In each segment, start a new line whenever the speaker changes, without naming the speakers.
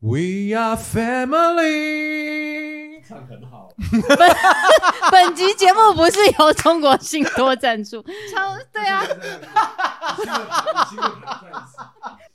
We are family。
唱很好，
本集节目不是由中国信托赞助，超对啊，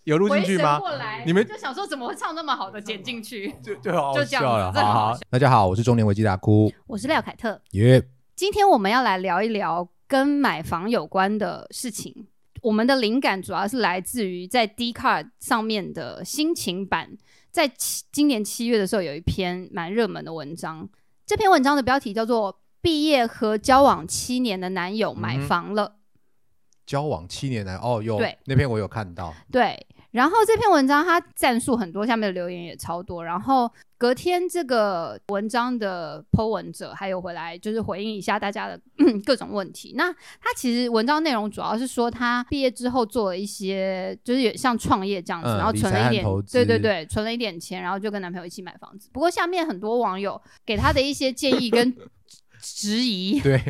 有录进去吗
回神过？来
你们
就想说怎么会唱那么好的剪进去？
就就好
就这样
笑了，
真的
好
好
好
笑。
大家好，我是中年危机大哭
我是廖凯特，
耶。
今天我们要来聊一聊跟买房有关的事情。我们的灵感主要是来自于在 d c a r d 上面的心情版，在七今年七月的时候有一篇蛮热门的文章，这篇文章的标题叫做《毕业和交往七年的男友买
嗯哼
房了》。
交往七年来，哦，有
对
那篇我有看到，
对，然后这篇文章它赞数很多，下面的留言也超多。然后隔天这个文章的 Po 文者还有回来，就是回应一下大家的 各种问题。那他其实文章内容主要是说他毕业之后做了一些，就是也像创业这样子，
嗯
然后存了
理
一
财和投
点，
资
对对对，存了一点钱，然后就跟男朋友一起买房子。不过下面很多网友给他的一些建议跟 质疑，
对。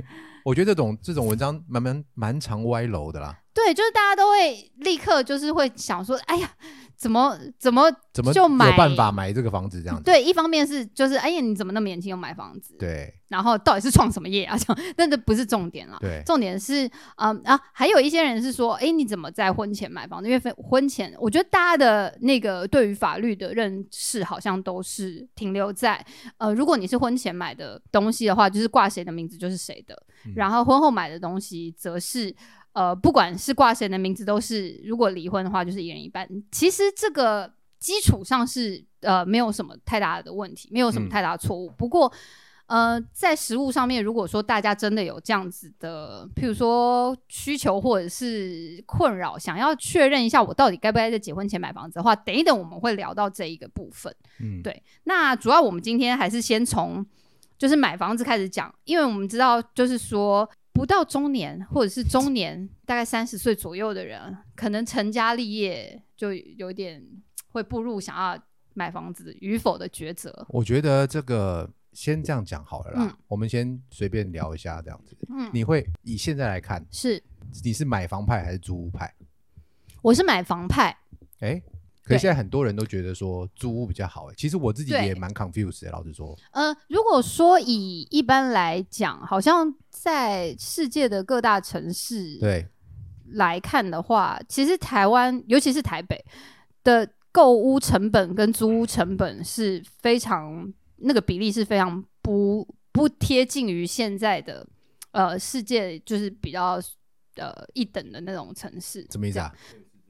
我觉得这种这种文章蛮蛮蛮常歪楼的啦，
对，就是大家都会立刻就是会想说，哎呀，怎么怎么
怎么
就
有
买
办法买这个房子这样子？
对，一方面是就是哎呀，你怎么那么年轻就买房子？
对
然后到底是创什么业啊？这样，但这不是重点啦。
对
重点是，嗯啊，还有一些人是说，哎，你怎么在婚前买房子？因为分婚前，我觉得大家的那个对于法律的认识好像都是停留在，呃，如果你是婚前买的东西的话，就是挂谁的名字就是谁的；
嗯
然后婚后买的东西，则是，呃，不管是挂谁的名字，都是如果离婚的话，就是一人一半。其实这个基础上是，呃，没有什么太大的问题，没有什么
嗯
太大的错误。不过，呃，在实物上面，如果说大家真的有这样子的，譬如说需求或者是困扰，想要确认一下我到底该不该在结婚前买房子的话，等一等我们会聊到这一个部分。
嗯，
对，那主要我们今天还是先从就是买房子开始讲，因为我们知道就是说不到中年或者是中年大概三十岁左右的人，可能成家立业就有点会步入想要买房子与否的抉择。
我觉得这个先这样讲好了啦，
嗯
我们先随便聊一下这样子。
嗯
你会以现在来看，
是，
你是买房派还是租屋派？
我是买房派。
哎，可
对
是现在很多人都觉得说租屋比较好，哎，其实我自己
对
也蛮 confused 的，老实说，
呃，如果说以一般来讲，好像在世界的各大城市
对，
来看的话，其实台湾，尤其是台北的购屋成本跟租屋成本是非常那个比例是非常不不贴近于现在的呃世界，就是比较呃一等的那种城市。
什么意思啊？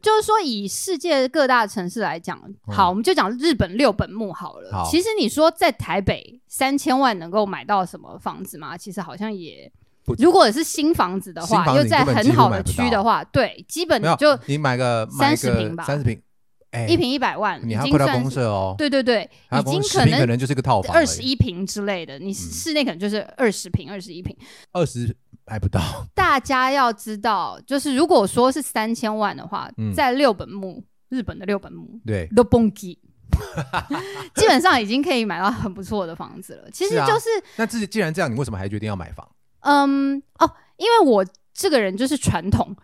就是说，以世界各大城市来讲，好，我们就讲日本六本木好了。
嗯好
其实你说在台北三千万能够买到什么房子吗？其实好像也
不，
如果是新房子的
新
话，
房子
又
你
在
根本
很
几乎
好
买
的
不
区
到啊
的话，对，基本
没有，
就
你买个买个
30平吧
三十平，哎，
一平一百万，
你
已
还
经
快到
算
公
是
社哦，
对对对，
还
已
有公
经
社10
可
平可
能
能就是个套房而已，
二十一平之类
嗯
的，你室内可能就是二十平、二十一平。
二十还不到，
大家要知道，就是如果说是三千万的话，
嗯
在六本木，日本的六本木，
对，
都蹦极， 基本上已经可以买到很不错的房子了。其实
是啊
就是，
那自己既然这样，你为什么还决定要买房？
嗯，哦，因为我这个人就是传统，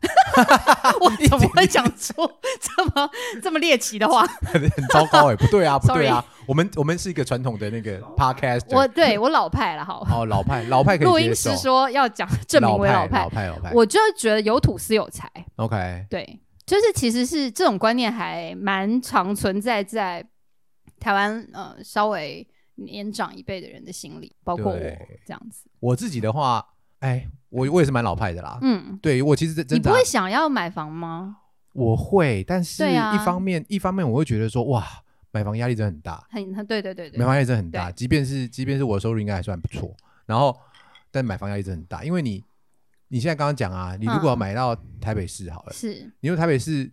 我怎么会讲出这么这么猎奇 的话？
很很糟糕哎、不对啊，不
Sorry
对啊，我们我们是一个传统的那个 podcast，
我对我老派了，好，
哦老派老派可
录
以
音
接受
师，说要讲证明为
老
老
派
派
老，派老派
我就觉得有土司有财，
，OK，
对，就是其实是这种观念还蛮常存在在台湾呃稍微年长一辈的人的心里，包括我
对
这样子，
我自己的话，哎，我我也是蛮老派的啦，
嗯。
对我其实真
你
真
不
的啊
会想要买房吗？
我会，但是
对啊
一方面、一方面我会觉得说哇，买房压力真的很大，
很很对对对
买
嗯对，
房压力真的很大，即便是即便是我的收入应该还算不错，然后但买房压力真的很大，因为你你现在刚刚讲啊，你如果要
嗯
买到台北市好了，
是
你因为台北市。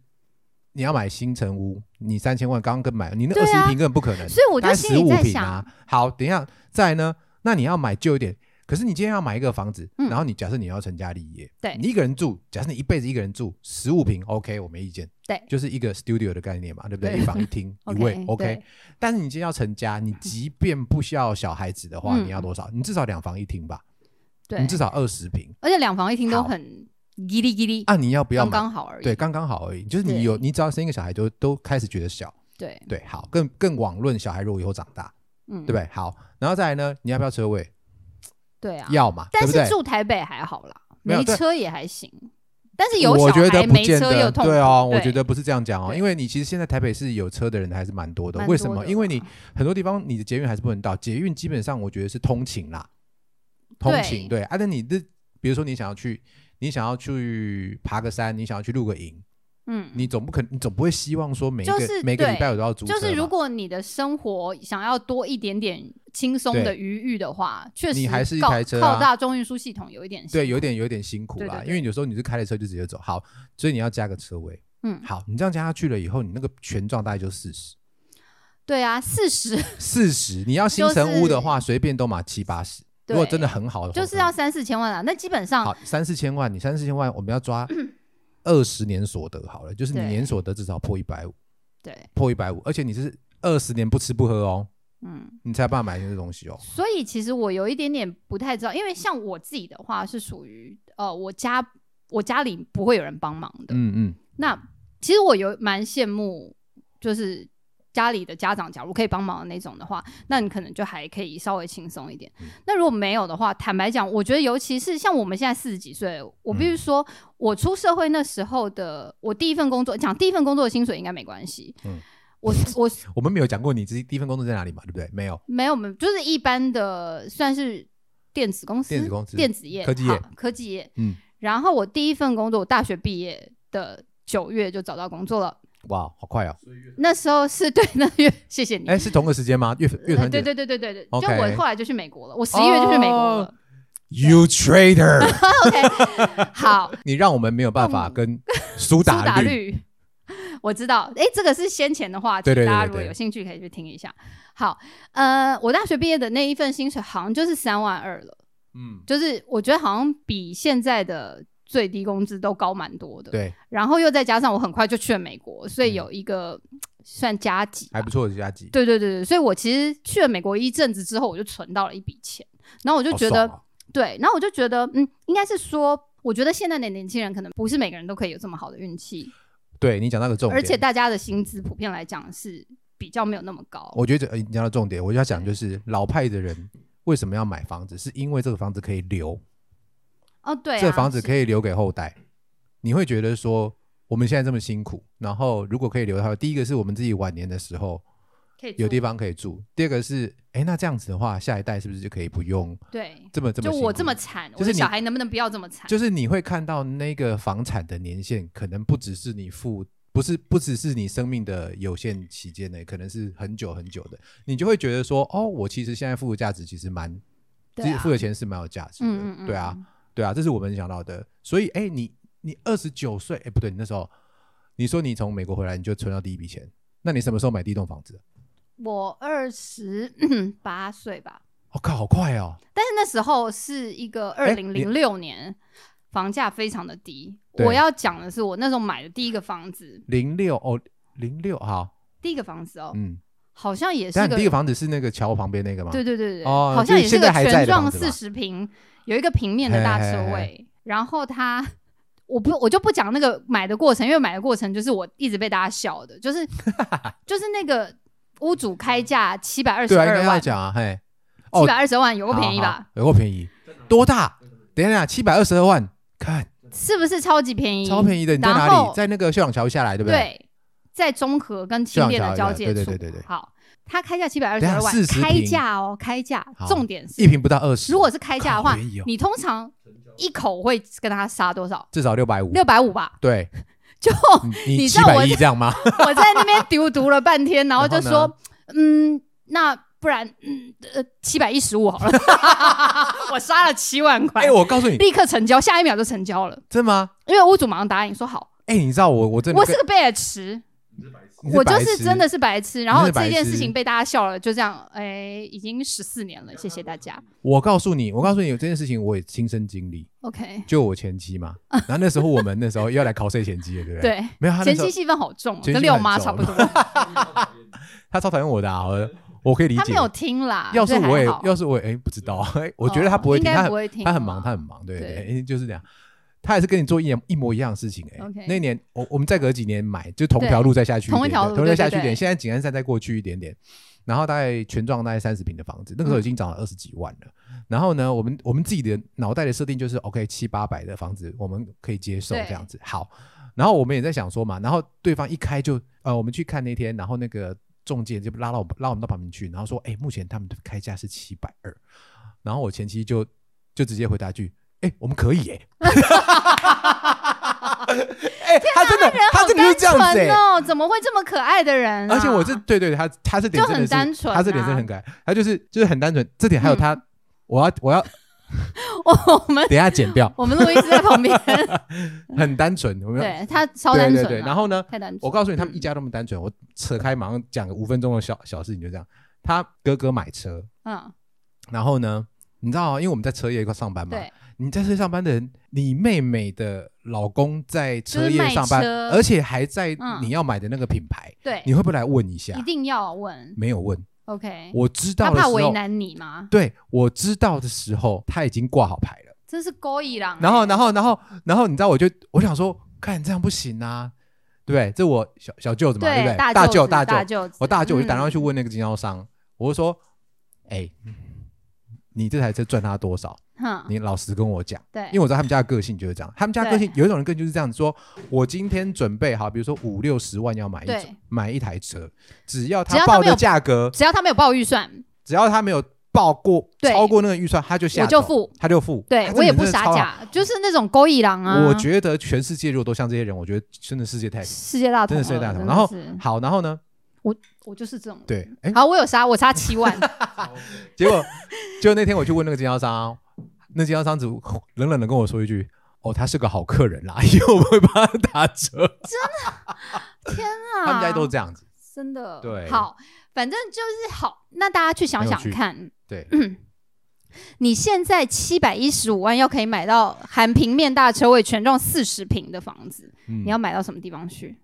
你要买新城屋，你三千万刚刚跟买，你那
对
二十
啊
一平根本不可能。
所以我就
大概
心
十
里
五
在
平
想，
啊。好，等一下，再来呢，那你要买旧一点。可是你今天要买一个房子，
嗯
然后你假设你要成家立业，
对
你一个人住，假设你一辈子一个人住，十五平，OK，我没意见，
对
就是一个 studio 的概念嘛，对不对？
对
一房一厅一
OK，
卫，OK
对。
但是你今天要成家，你即便不需要小孩子的话，
嗯
你要多少？你至少两房一厅吧，
对
你，至少二十平。
而且两房一厅都
好
很叽哩叽哩，
啊，你要不要
刚
买？
刚好而已。
对，刚刚好而已。就是你
对
有，你只要生一个小孩，都都开始觉得小。
对，
对，好，更更广论小孩如果以后长大，
嗯，
对不对？好，然后再来呢，你要不要车位？
对啊，
要嘛，对
但
不
是
对？
住台北还好啦，
没有
没
对
车也还行。但是有
我
小
觉得
孩
不
没
见
车
得
又痛苦，
对哦，我
对
觉得不是这样讲哦，
对
因为你其实现在台北市有车的人还是蛮多的，
蛮
为什
多
么？
的啊
因为你
啦
很多地方你的捷运还是不能到，捷运基本上我觉得是通勤啦，通勤对。啊，那你的比如说你想要去，你想要去爬个山，你想要去露个营，
嗯，
你总不可你总不会希望说每一个、
就是
每个礼
对
拜我都要租车
就是如
嘛
果你的生活想要多一点点轻松的
对
余裕的话，确实
你还是一
靠
台车啊
靠大众运输系统有一点
对，有
点
点有点辛苦啦，
对对对
因为有时候你是开了车就直接走，好，所以你要加个车位。
嗯
好，你这样加下去了以后，你那个权状大概就四十，
对啊，四十
四十。你要新
就是
城屋的话，随便都嘛七八十。如果真的很好的话，
就是
可能
要三四千万啊，那基本上嗯
好三四千万，你三四千万，我们要抓二十年所得好了，就是你
对
年所得至少破一百五，
对，
破一百五，而且你是二十年不吃不喝哦，
嗯，
你才有办法买这些东西哦。
所以其实我有一点点不太知道，因为像我自己的话是属于呃，我家我家里不会有人帮忙的，
嗯嗯，
那其实我有蛮羡慕，就是家里的家长，假如可以帮忙的那种的话，那你可能就还可以稍微轻松一点。
嗯
那如果没有的话，坦白讲，我觉得尤其是像我们现在四十几岁，我
嗯
必须说，我出社会那时候的我第一份工作，讲第一份工作的薪水应该没关系。
嗯
我我
我们没有讲过你自己第一份工作在哪里嘛，对不对？没有，
没有，没有就是一般的，算是电子公司、
电子公司
电子业、
科技业
好、科技业。
嗯，
然后我第一份工作，我大学毕业的九月就找到工作了。
哇，好快哦！
那时候是对那月， 谢谢你。
哎，是同个时间吗？乐乐团
呃
姐
对对对对对对，就
OK 哦
我后来就去美国了，我十一月就去美国了。
You traitor！
好，
你让我们没有办法跟苏
苏 打
打绿
绿， 我知道，哎，这个是先前的话题，
对对对对
大家如果
对
有兴趣可以去听一下。好，呃，我大学毕业的那一份薪水好像就是三万二了，
嗯，
就是我觉得好像比现在的最低工资都高蛮多的。
对，
然后又再加上我很快就去了美国，所以
嗯
有一个、算加急吧，
还不错的加急，
对对对对，所以我其实去了美国一阵子之后，我就存到了一笔钱，然后我就
好
觉得、
爽哦
对，然后我就觉得嗯，应该是说，我觉得现在的年轻人可能不是每个人都可以有这么好的运气，
对你讲到个重点，
而且大家的薪资普遍来讲是比较没有那么高。
我觉得这呃你讲到重点，我就要
嗯
讲就是老派的人为什么要买房子，是因为这个房子可以留，
哦，对、啊，
这个房子
是
可以留给后代。你会觉得说，我们现在这么辛苦，然后如果可以留的话，第一个是我们自己晚年的时候
可以
有
住
地方可以住，第二个是，哎，那这样子的话，下一代是不是就可以不用
对，
这么这么
就
辛
我
苦
这么惨，
就
我
是
的
你
小孩能不能不要这么惨？
就是你会看到那个房产的年限，可能不只是你付，不是不只是你生命的有限期间内，可能是很久很久的，你就会觉得说，哦，我其实现在付的价值其实蛮，
对
其实
啊
付的钱是蛮有价值的，
嗯嗯嗯，
对啊，，对啊，这是我们想到的。所以，哎，你你二十九岁，哎，不对，你那时候你说你从美国回来，你就存到第一笔钱，那你什么时候买第一栋房子？
我二十 八岁吧，
我、靠，好快哦！
但是那时候是一个二
哎
零
你
零六年，房价非常的低。
对
我要讲的是，我那时候买的第一个房子，
零六哦，零六好，
第一个房子哦，
嗯，
好像也是
但
个，
你第一个房子是那个桥旁边那个吗？
对对对对，
哦
好像也是
就是现在
个
还在
全
的房
幢
子吧
四十平，有一个平面的大车
嘿嘿
位。
嘿
然后它，我不我就不讲那个买的过程，因为买的过程就是我一直被大家笑 的，就是就是那个屋主开价七百二
嗯对
十
啊，应
二
该要
万，
讲啊，嘿，哦
七百二十万有
好
个便宜吧？？
好有够便宜，多大？等一下，七百二十二万，看
是不是超级便宜？
超便宜的，你在
然
哪里？
后
在那个秀朗桥下来，对不？
在中和跟清店的交界处，
啊对对对对对
好，它开价七百二十
等一下
二万，
40平
开价哦，开价
好，
重点
一
是，
瓶不到二十，
如果是开价的
靠好
话
便宜哦，
你通常一口会跟他杀多少？
至少六百五，
六百 五吧，
对，
就
你你
你
七
知道
百
我
一这样 吗？
我在那边丢读了半天，然后就
然后
说，嗯，那不然，嗯，呃，七百一十五好了， 我杀了七万块
哎，，我告诉你，
立刻成交，下一秒就成交了，
真的吗？
因为屋主马上答应说好，
哎，你知道我我真的
我
跟
是个贝尔池，
你
我就
白
是
痴
真的是白痴，然后
是白
这件事
痴
情被大家笑了，就这样，哎，已经十四年了，谢谢 大家。
我告诉你，我告诉你，有这件事情我也亲身经历，
OK，
就我前妻嘛，然后那时候我们那时候要来考谁前妻了，对不对？，
对，
没有他那
前
时候
期戏份好重哦，
前
跟
妻
六
很
妈
重
差不多。
他超讨厌我的啊，我我可以理
他
解
没。有听啦，
要是
所以还
我也
好
要是我也哎不知道，哎我觉得他不会
哦
听，他
应
很
该不会听，哦
他很忙，他。很忙，对对
对
对，诶就是这样。他还是跟你做一一模一样的事情哎、
OK
那一年我我们再隔几年买，就同条路再下去一点
同一条路
同一条下去一
对对
点。
对
现在景安山再过去一点点，然后大概全幢大概三十平的房子，那
嗯
个时候已经涨了二十几万了。然后呢，我们我们自己的脑袋的设定就是 OK 七八百的房子我们可以接受
对
这样子。好，然后我们也在想说嘛，然后对方一开就呃，我们去看那天，然后那个中介就拉到我们拉我们到旁边去，然后说，哎，目前他们的开价是七百二，然后我前妻就就直接回答一句，哎，我们可以 耶、哎，他真的，他真的就是这样
啊好
子、
单
哎。
纯哦，怎么会这么可爱的人啊？
而且我是对对，他他这点
就
真的
很
是，
单纯啊嗯
他这点真的很可爱，他就是就是很单纯，这点还有他，我要我要
我们，
等一下剪掉
我们录音师 在旁边，
很单纯，有没有？
对他超单
对
纯啊，嗯
对对，然后呢，
太单纯，
我告诉你，他们一家都那么单纯，我扯开马上讲个五分钟的小小事情，就这样。他哥哥买车，
嗯，
然后呢，你知道、啊，因为我们在车业一块上班嘛，
对，
你在车上班的人，你妹妹的老公在车
就是
业
卖
上班，
车
而且还在
嗯
你要买的那个品牌，
对，
你会不会来问一下
一？定要问
没有问，
，OK，
我知
他
道的时
怕为
候，
难你吗？
对我知道的时候，他已经挂好牌了。
真是勾引狼欸，
然后，然后，然后，然后，你知道，我就我想说，看这样不行啊，对不对？这我小小舅子嘛，对不
对
对？
大
舅，
大
大舅，
舅子，
我大舅我就打电话
嗯
去问那个经销商，我就说：“哎、你这台车赚他多少？
哼，
你老实跟我讲，
对，
因为我知道他们家的个性就是这样。他们家个性有一种人个性就是这样子说：我今天准备好，比如说五六十万要买一
对
买一台车，只要
只
他
要他
报
没有
的价格，
只要他没有报预算，
只要他没有报过
对
超过那个预算，他就下
我就
手
付，
他就付。
对
他哎这
我也
人
不
真的
傻
超好。
假，就是那种勾引狼啊，
我觉得全世界如果都像这些人，我觉得真的世界太
世界大同
真
了，
的世界大同。
真
然后
是
好，然后呢？
我就是这种，
对，哎、
好，我有杀，我杀七万，
结果，结果那天我去问那个经销商啊，那经销商只冷冷的跟我说一句：“哦，他是个好客人啦， 因为我们会帮他打折。 他们家
啊
都是这样子。
真的
对
好，反正就是好，那大家去想
很有
想
趣
看，
对，
你现在七百一十五万要可以买到含平面大车位、全幢四十平的房子，
嗯
你要买到什么地方去？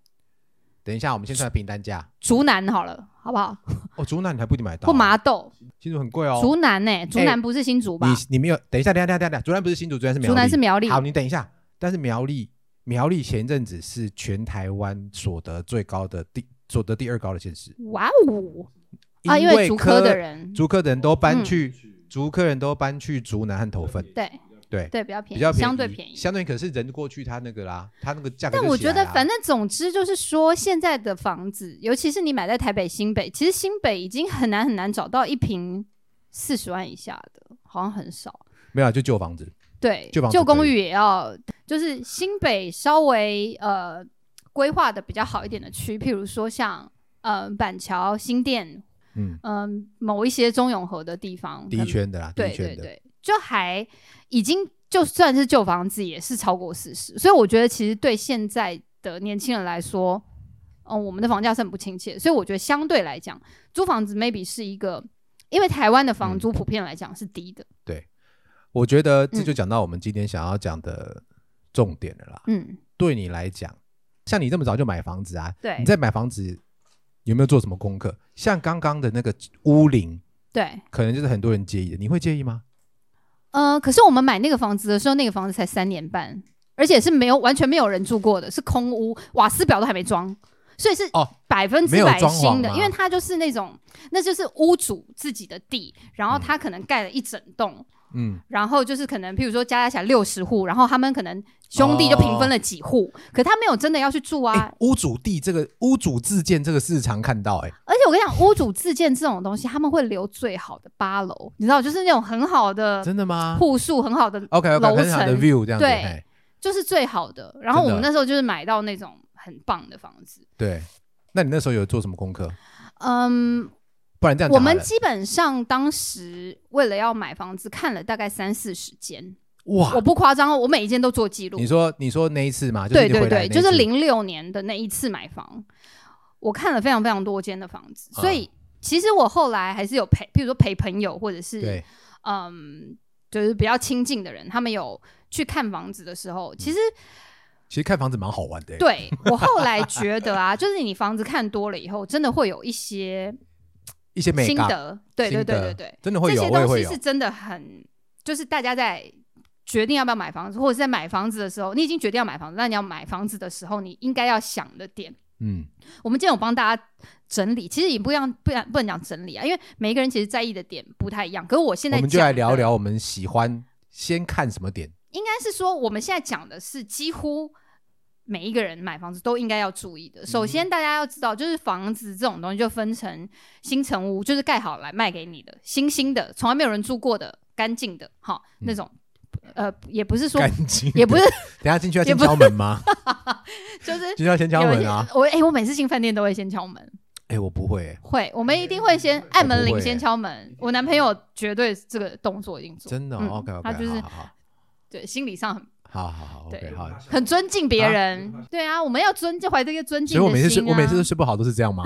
等一下，我们先算平单价。
竹南好了，好不好？
哦，竹南你还不一定买到、
或麻豆，
新竹很贵哦。
竹南呢？竹南不是新竹吧？
你你没有？等一下，等一下，等一下，等一下，竹南不是新竹，竹南是苗栗。
竹南是苗栗，
好，你等一下。但是苗栗，苗栗前阵子是全台湾所得最高的第所得第二高的县市
哇哦！啊，因为竹科的，人，
竹科的人都搬
嗯
去，竹科人都搬去竹南和头份。
对
对
对，比较便
比较
宜，
便宜
相对便宜。
相对可是人过去他那个啦，他那个价格就起来
但
啦。
我觉得，反正总之就是说，现在的房子，尤其是你买在台北新北，其实新北已经很难很难找到一平四十万以下的，好像很少。
没有啊就旧房子，
对，
旧房子
旧公
可以
寓也要，就是新北稍微呃规划的比较好一点的区，譬如说像呃板桥、新店，
嗯，
嗯、某一些中永和的地方，
第一圈的啦，第
对
一
对
圈的，
对，就还已经就算是旧房子也是超过四十，所以我觉得其实对现在的年轻人来说，嗯，我们的房价是很不亲切，所以我觉得相对来讲，租房子 maybe 是一个，因为台湾的房
嗯
租普遍来讲是低的，
我觉得这就讲到我们今天想要讲的重点了啦。
嗯，
对你来讲，像你这么早就买房子啊，
对
你在买房子有没有做什么功课？像刚刚的那个屋龄，
对，
可能就是很多人介意的，你会介意吗？
呃，可是我们买那个房子的时候，那个房子才三年半，而且是没有完全没有人住过的，是空屋，瓦斯表都还没装，所以是
哦
百分
没
之
有
百
装
新
潢
的，
吗
因为它就是那种，那就是屋主自己的地，然后他可能盖了一整栋，
嗯，
然后就是可能譬如说加加起来六十户，然后他们可能兄弟就平分了几户，
哦
可他没有真的要去住啊，
哎，屋主地这个屋主自建这个市场看到，哎，
而且我跟你讲，屋主自建这种东西，他们会留最好的八楼，你知道，就是那种很好的
真的吗
呃户数，很好的
？OK OK，
楼
很好的
层
view 这样子，
对
嘿
就是最好的。然后我
真的
们那时候就是买到那种很棒的房子。
对。那你那时候有做什么功课？
嗯，
不然这样
我
讲好
们
了
基本上当时为了要买房子，看了大概三四十间，
哇，
我不夸张哦，我每一间都做记录
你。说你说那一次嘛，就是
对
你回
对
来
对，
那
就是
一次
零六年的那一次买房，我看了非常非常多间的房子，
啊
所以其实我后来还是有陪，譬如说陪朋友或者是
对，
嗯，就是比较亲近的人，他们有去看房子的时候，其实
其实看房子蛮好玩的欸。
对我后来觉得啊，就是你房子看多了以后，真的会有一些
一些美
心
感，
得，对对
心
对
得
对对，
真的会有，
这些
我也
东
会
西
有
是。真的很，就是大家在决定要不要买房子，或者是在买房子的时候，你已经决定要买房子，那你要买房子的时候，你应该要想的点。
嗯
我们今天有帮大家整理，其实也不一样，不然不能讲整理啊，因为每一个人其实在意的点不太一样。可是我现在
我们就来
讲
聊
的
聊我们喜欢先看什么点。
应该是说我们现在讲的是几乎每一个人买房子都应该要注意的。首
嗯
先，大家要知道，就是房子这种东西就分成新成屋，就是盖好来卖给你的，新新的，从来没有人住过的，干净的，哈，
嗯
那种，呃，也不是说
干。净
也不是，
等一下进去要
也
先
不是
敲门 吗？
就是
进去要先 敲
有一
门
些
啊？
我哎、我每次进饭店都会先敲门，
哎、我不会、欸，
会，我们一定会先按门
我不
铃，
会
先
欸
敲门。我男朋友绝对这个动作已经做，
真的、哦
嗯
OK OK，
他就是
好好
对，心理上很
好好好好 OK
对
好。
很尊敬别
啊
人。对啊，我们要尊敬，怀着一个尊
所
敬
以
的心、啊。
我每次睡，我每次都睡不好都是这样 吗？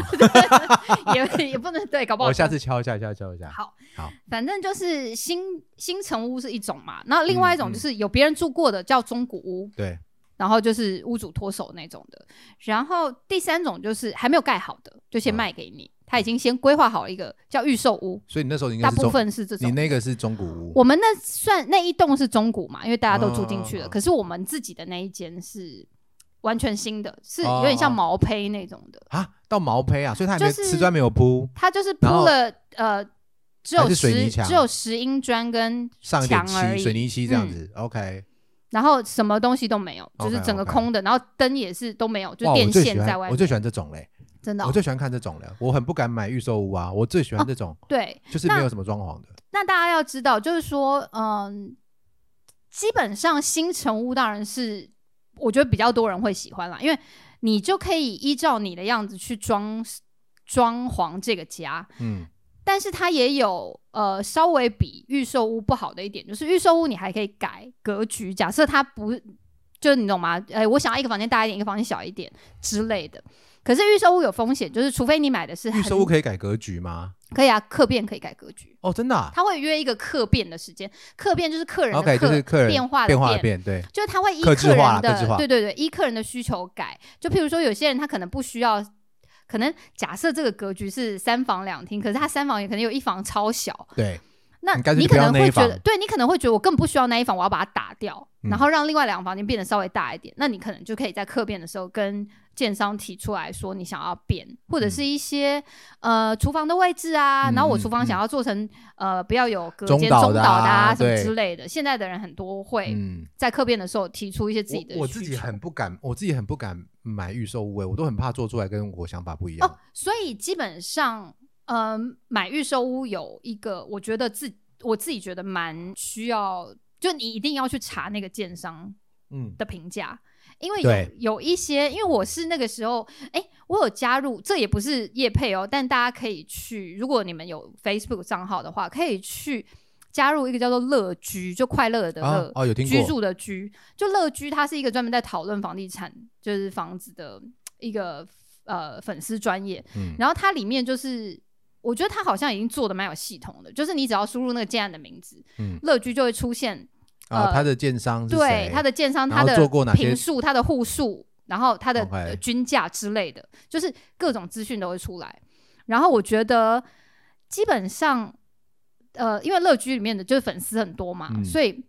也 也不能对，搞不好
我下次敲一下，下敲一下。
好，
好，
反正就是新新城屋是一种嘛，那另外一种
嗯
就是有别人住过的叫中古屋，
对，
然后就是屋主脱手那种的，然后第三种就是还没有盖好的，就先
嗯
卖给你，他已经先规划好了一个叫预售屋，
所以你那时候应该
大
是
部
中，
分是这
你
种。
那个是中古屋，
我们那算那一栋是中古嘛，因为大家都住进去
嗯
了，
嗯嗯
可是我们自己的那一间是完全新的，是
哦
有点像
哦
毛坯那种的，
啊，到毛坯啊，所以它还没
就是
瓷砖没有铺，
它就是铺
然后
了呃。只
还
有
是水
十
泥墙
只有十英砖跟
上一点
墙而
漆，
已
水泥漆这样
嗯
子。OK，
然后什么东西都没有，就
OK，
是整个
OK
空的，然后灯也是都没有，就
哇，我
电
最喜
线在
欢
外面。
我最喜欢这种嘞，
真的哦、
我最喜欢看这种了，我很不敢买预售屋啊，我最喜
哦
欢这种
对。
就是没有什么装潢的。
那大家要知道，就是说，嗯，基本上新城屋当然是我觉得比较多人会喜欢啦，因为你就可以依照你的样子去装装潢这个家，
嗯，
但是它也有呃稍微比预售屋不好的一点，就是预售屋你还可以改格局，假设它不就是你懂吗？哎，我想要一个房间大一点，一个房间小一点之类的。可是预售屋有风险，就是除非你买的是很
预售屋可以改格局吗？
可以啊，客变可以改格局，
哦，真的啊
他会约一个客变的时间，客变就是客人的客
？OK，就是客人
变化的
变化
变
变，对，
就是他会依
客制
客
化啦
人
客制
的
化
对对对，依客人的需求改。就譬如说，有些人他可能不需要，可能假设这个格局是三房两厅，可是他三房也可能有一房超小，
对，
那
你干脆
你
就不
可
要
能
那一
会觉
房
得，对你可能会觉得我更不需要那一房，我要把它打掉，
嗯
然后让另外两个房间变得稍微大一点。那你可能就可以在客变的时候跟建商提出来说你想要变，或者是一些、呃厨房的位置啊，
嗯
然后我
嗯
厨房想要做成、呃不要有隔
中
间
岛
中
的
岛的啊
啊
什么
对
之类的。现在的人很多会
嗯，
在客变的时候提出一些自己的
我我自
需
己
求
很不敢，我自己很不敢买预售屋、欸，我都很怕做出来跟我想法不一样。
哦，所以基本上，嗯，买预售屋有一个，我觉得自我自己觉得蛮需要，就你一定要去查那个建商
嗯，
的评价，因为
对
有有一些，因为我是那个时候，哎、我有加入，这也不是业配哦，但大家可以去，如果你们有 Facebook 账号的话，可以去加入一个叫做乐居，就快乐的乐
啊，哦，有听
居
过，
住的居，就乐居，它是一个专门在讨论房地产，就是房子的一个呃粉丝专业。
嗯，
然后它里面就是，我觉得它好像已经做的蛮有系统的，就是你只要输入那个建案的名字，
嗯
乐居就会出现
啊，
呃
他的建商是
对
谁
它的建商、
然
它
后
的
做过哪些
平数、它的户数，然后它的
OK
呃均价之类的，就是各种资讯都会出来。然后我觉得基本上，呃，因为乐居里面的就是粉丝很多嘛，
嗯
所以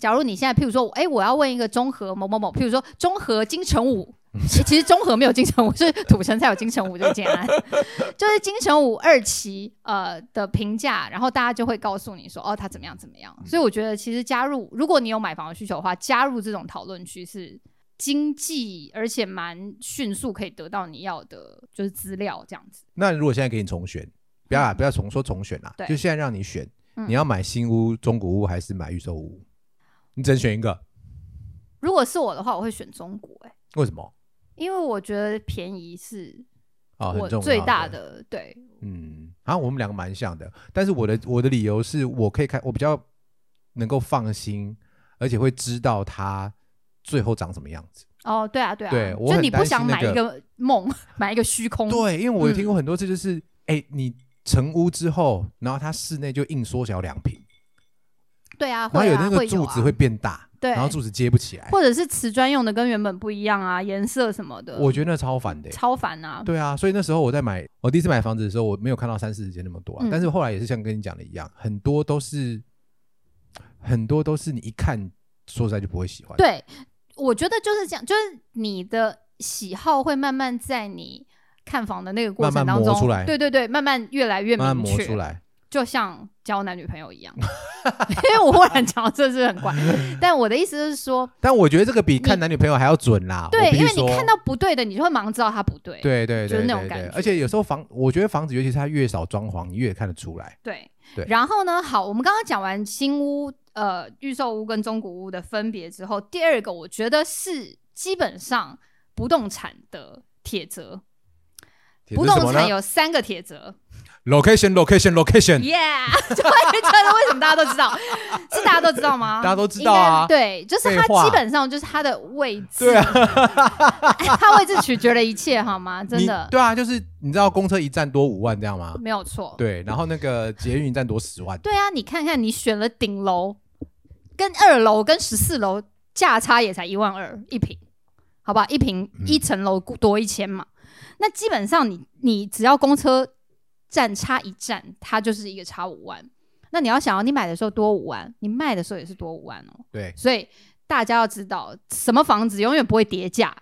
假如你现在譬如说，哎，我要问一个中和某某某，譬如说中和金城武。
嗯
其其实中和没有金城武， 是土城才有金城武这个建案， 就是金城武二期呃的评价，然后大家就会告诉你说哦他怎么样怎么
嗯
样。所以我觉得其实加入，如果你有买房的需求的话，加入这种讨论区是经济，而且蛮迅速可以得到你要的，就是资料这样子。
那如果现在给你重选，不要啦，不要重说重选啦
嗯
啊
对，
就现在让你选，
嗯
你要买新屋、中古屋还是买预售屋？你只能选一个，
如果是我的话，我会选中国、欸，
为什么？
因为我觉得便宜是
啊，很
我
重要
最大的对。
嗯，啊，我们两个蛮像的，但是我的我的理由是我可以看，我比较能够放心，而且会知道它最后长什么样子。
哦，对啊，对啊，
对我
就
很
你不
担心
想
那
买一个 梦，买一个虚空，
对，因啊为我有
嗯
听过很多次，就是哎、你成屋之后，然后它室内就硬缩小两平，
对
然
啊，
后
会啊
那
会
个
有
柱子
啊
会变大，
对
然后柱子接不起来，
或者是瓷砖用的跟原本不一样啊，颜色什么的，
我觉得那超烦的、
超烦啊。
对啊，所以那时候我在买，我第一次买房子的时候，我没有看到三四十间那么多啊，
嗯
但是后来也是像跟你讲的一样，很多都是很多都是你一看说实在就不会喜欢。，
对，我觉得就是这样，就是你的喜好会慢慢在你看房的那个过
慢
程
慢
当
磨
中，
出来
对对对，慢慢越来越明确，
慢慢磨出来。
就像交男女朋友 一样。因为我忽然讲这是很怪，但我的意思是说，
但我觉得这个比看
你
男女朋友还要准啦。
对，
我必须
因为你
说
看到不对的，你就会忙知道它不对。
对对对，
就是那种
对
感
对
觉
而且有时候房，我觉得房子，尤其是它越少装潢，你越看得出来。
对
对
然后呢，好，我们刚刚讲完新屋、呃预售屋跟中古屋的分别之后，第二个我觉得是基本上不动产的铁则，
铁
不
是什
动
么
产
呢
有三个铁则。
location location location，
Yeah，对， 这个为什么大家都知 道？是大家都知道吗？
大家都知道啊
应该对，就是
废
它
话
基本上就是它的位置，
对 啊，
它位置取决了一切，好吗？真
你
的
对啊，就是你知道公车一站多五万这样吗？
没有错。
对，然后那个捷运一站多十万，
对啊，你看看，你选了顶楼，跟二楼跟十四楼价差也才一万二一平，好吧，一平
嗯
一层楼多一千嘛。那基本上你你只要公车站差一站，它就是一个差五万。那你要想要你买的时候多五万，你卖的时候也是多五万哦。
对，
所以大家要知道，什么房子永远不会跌价，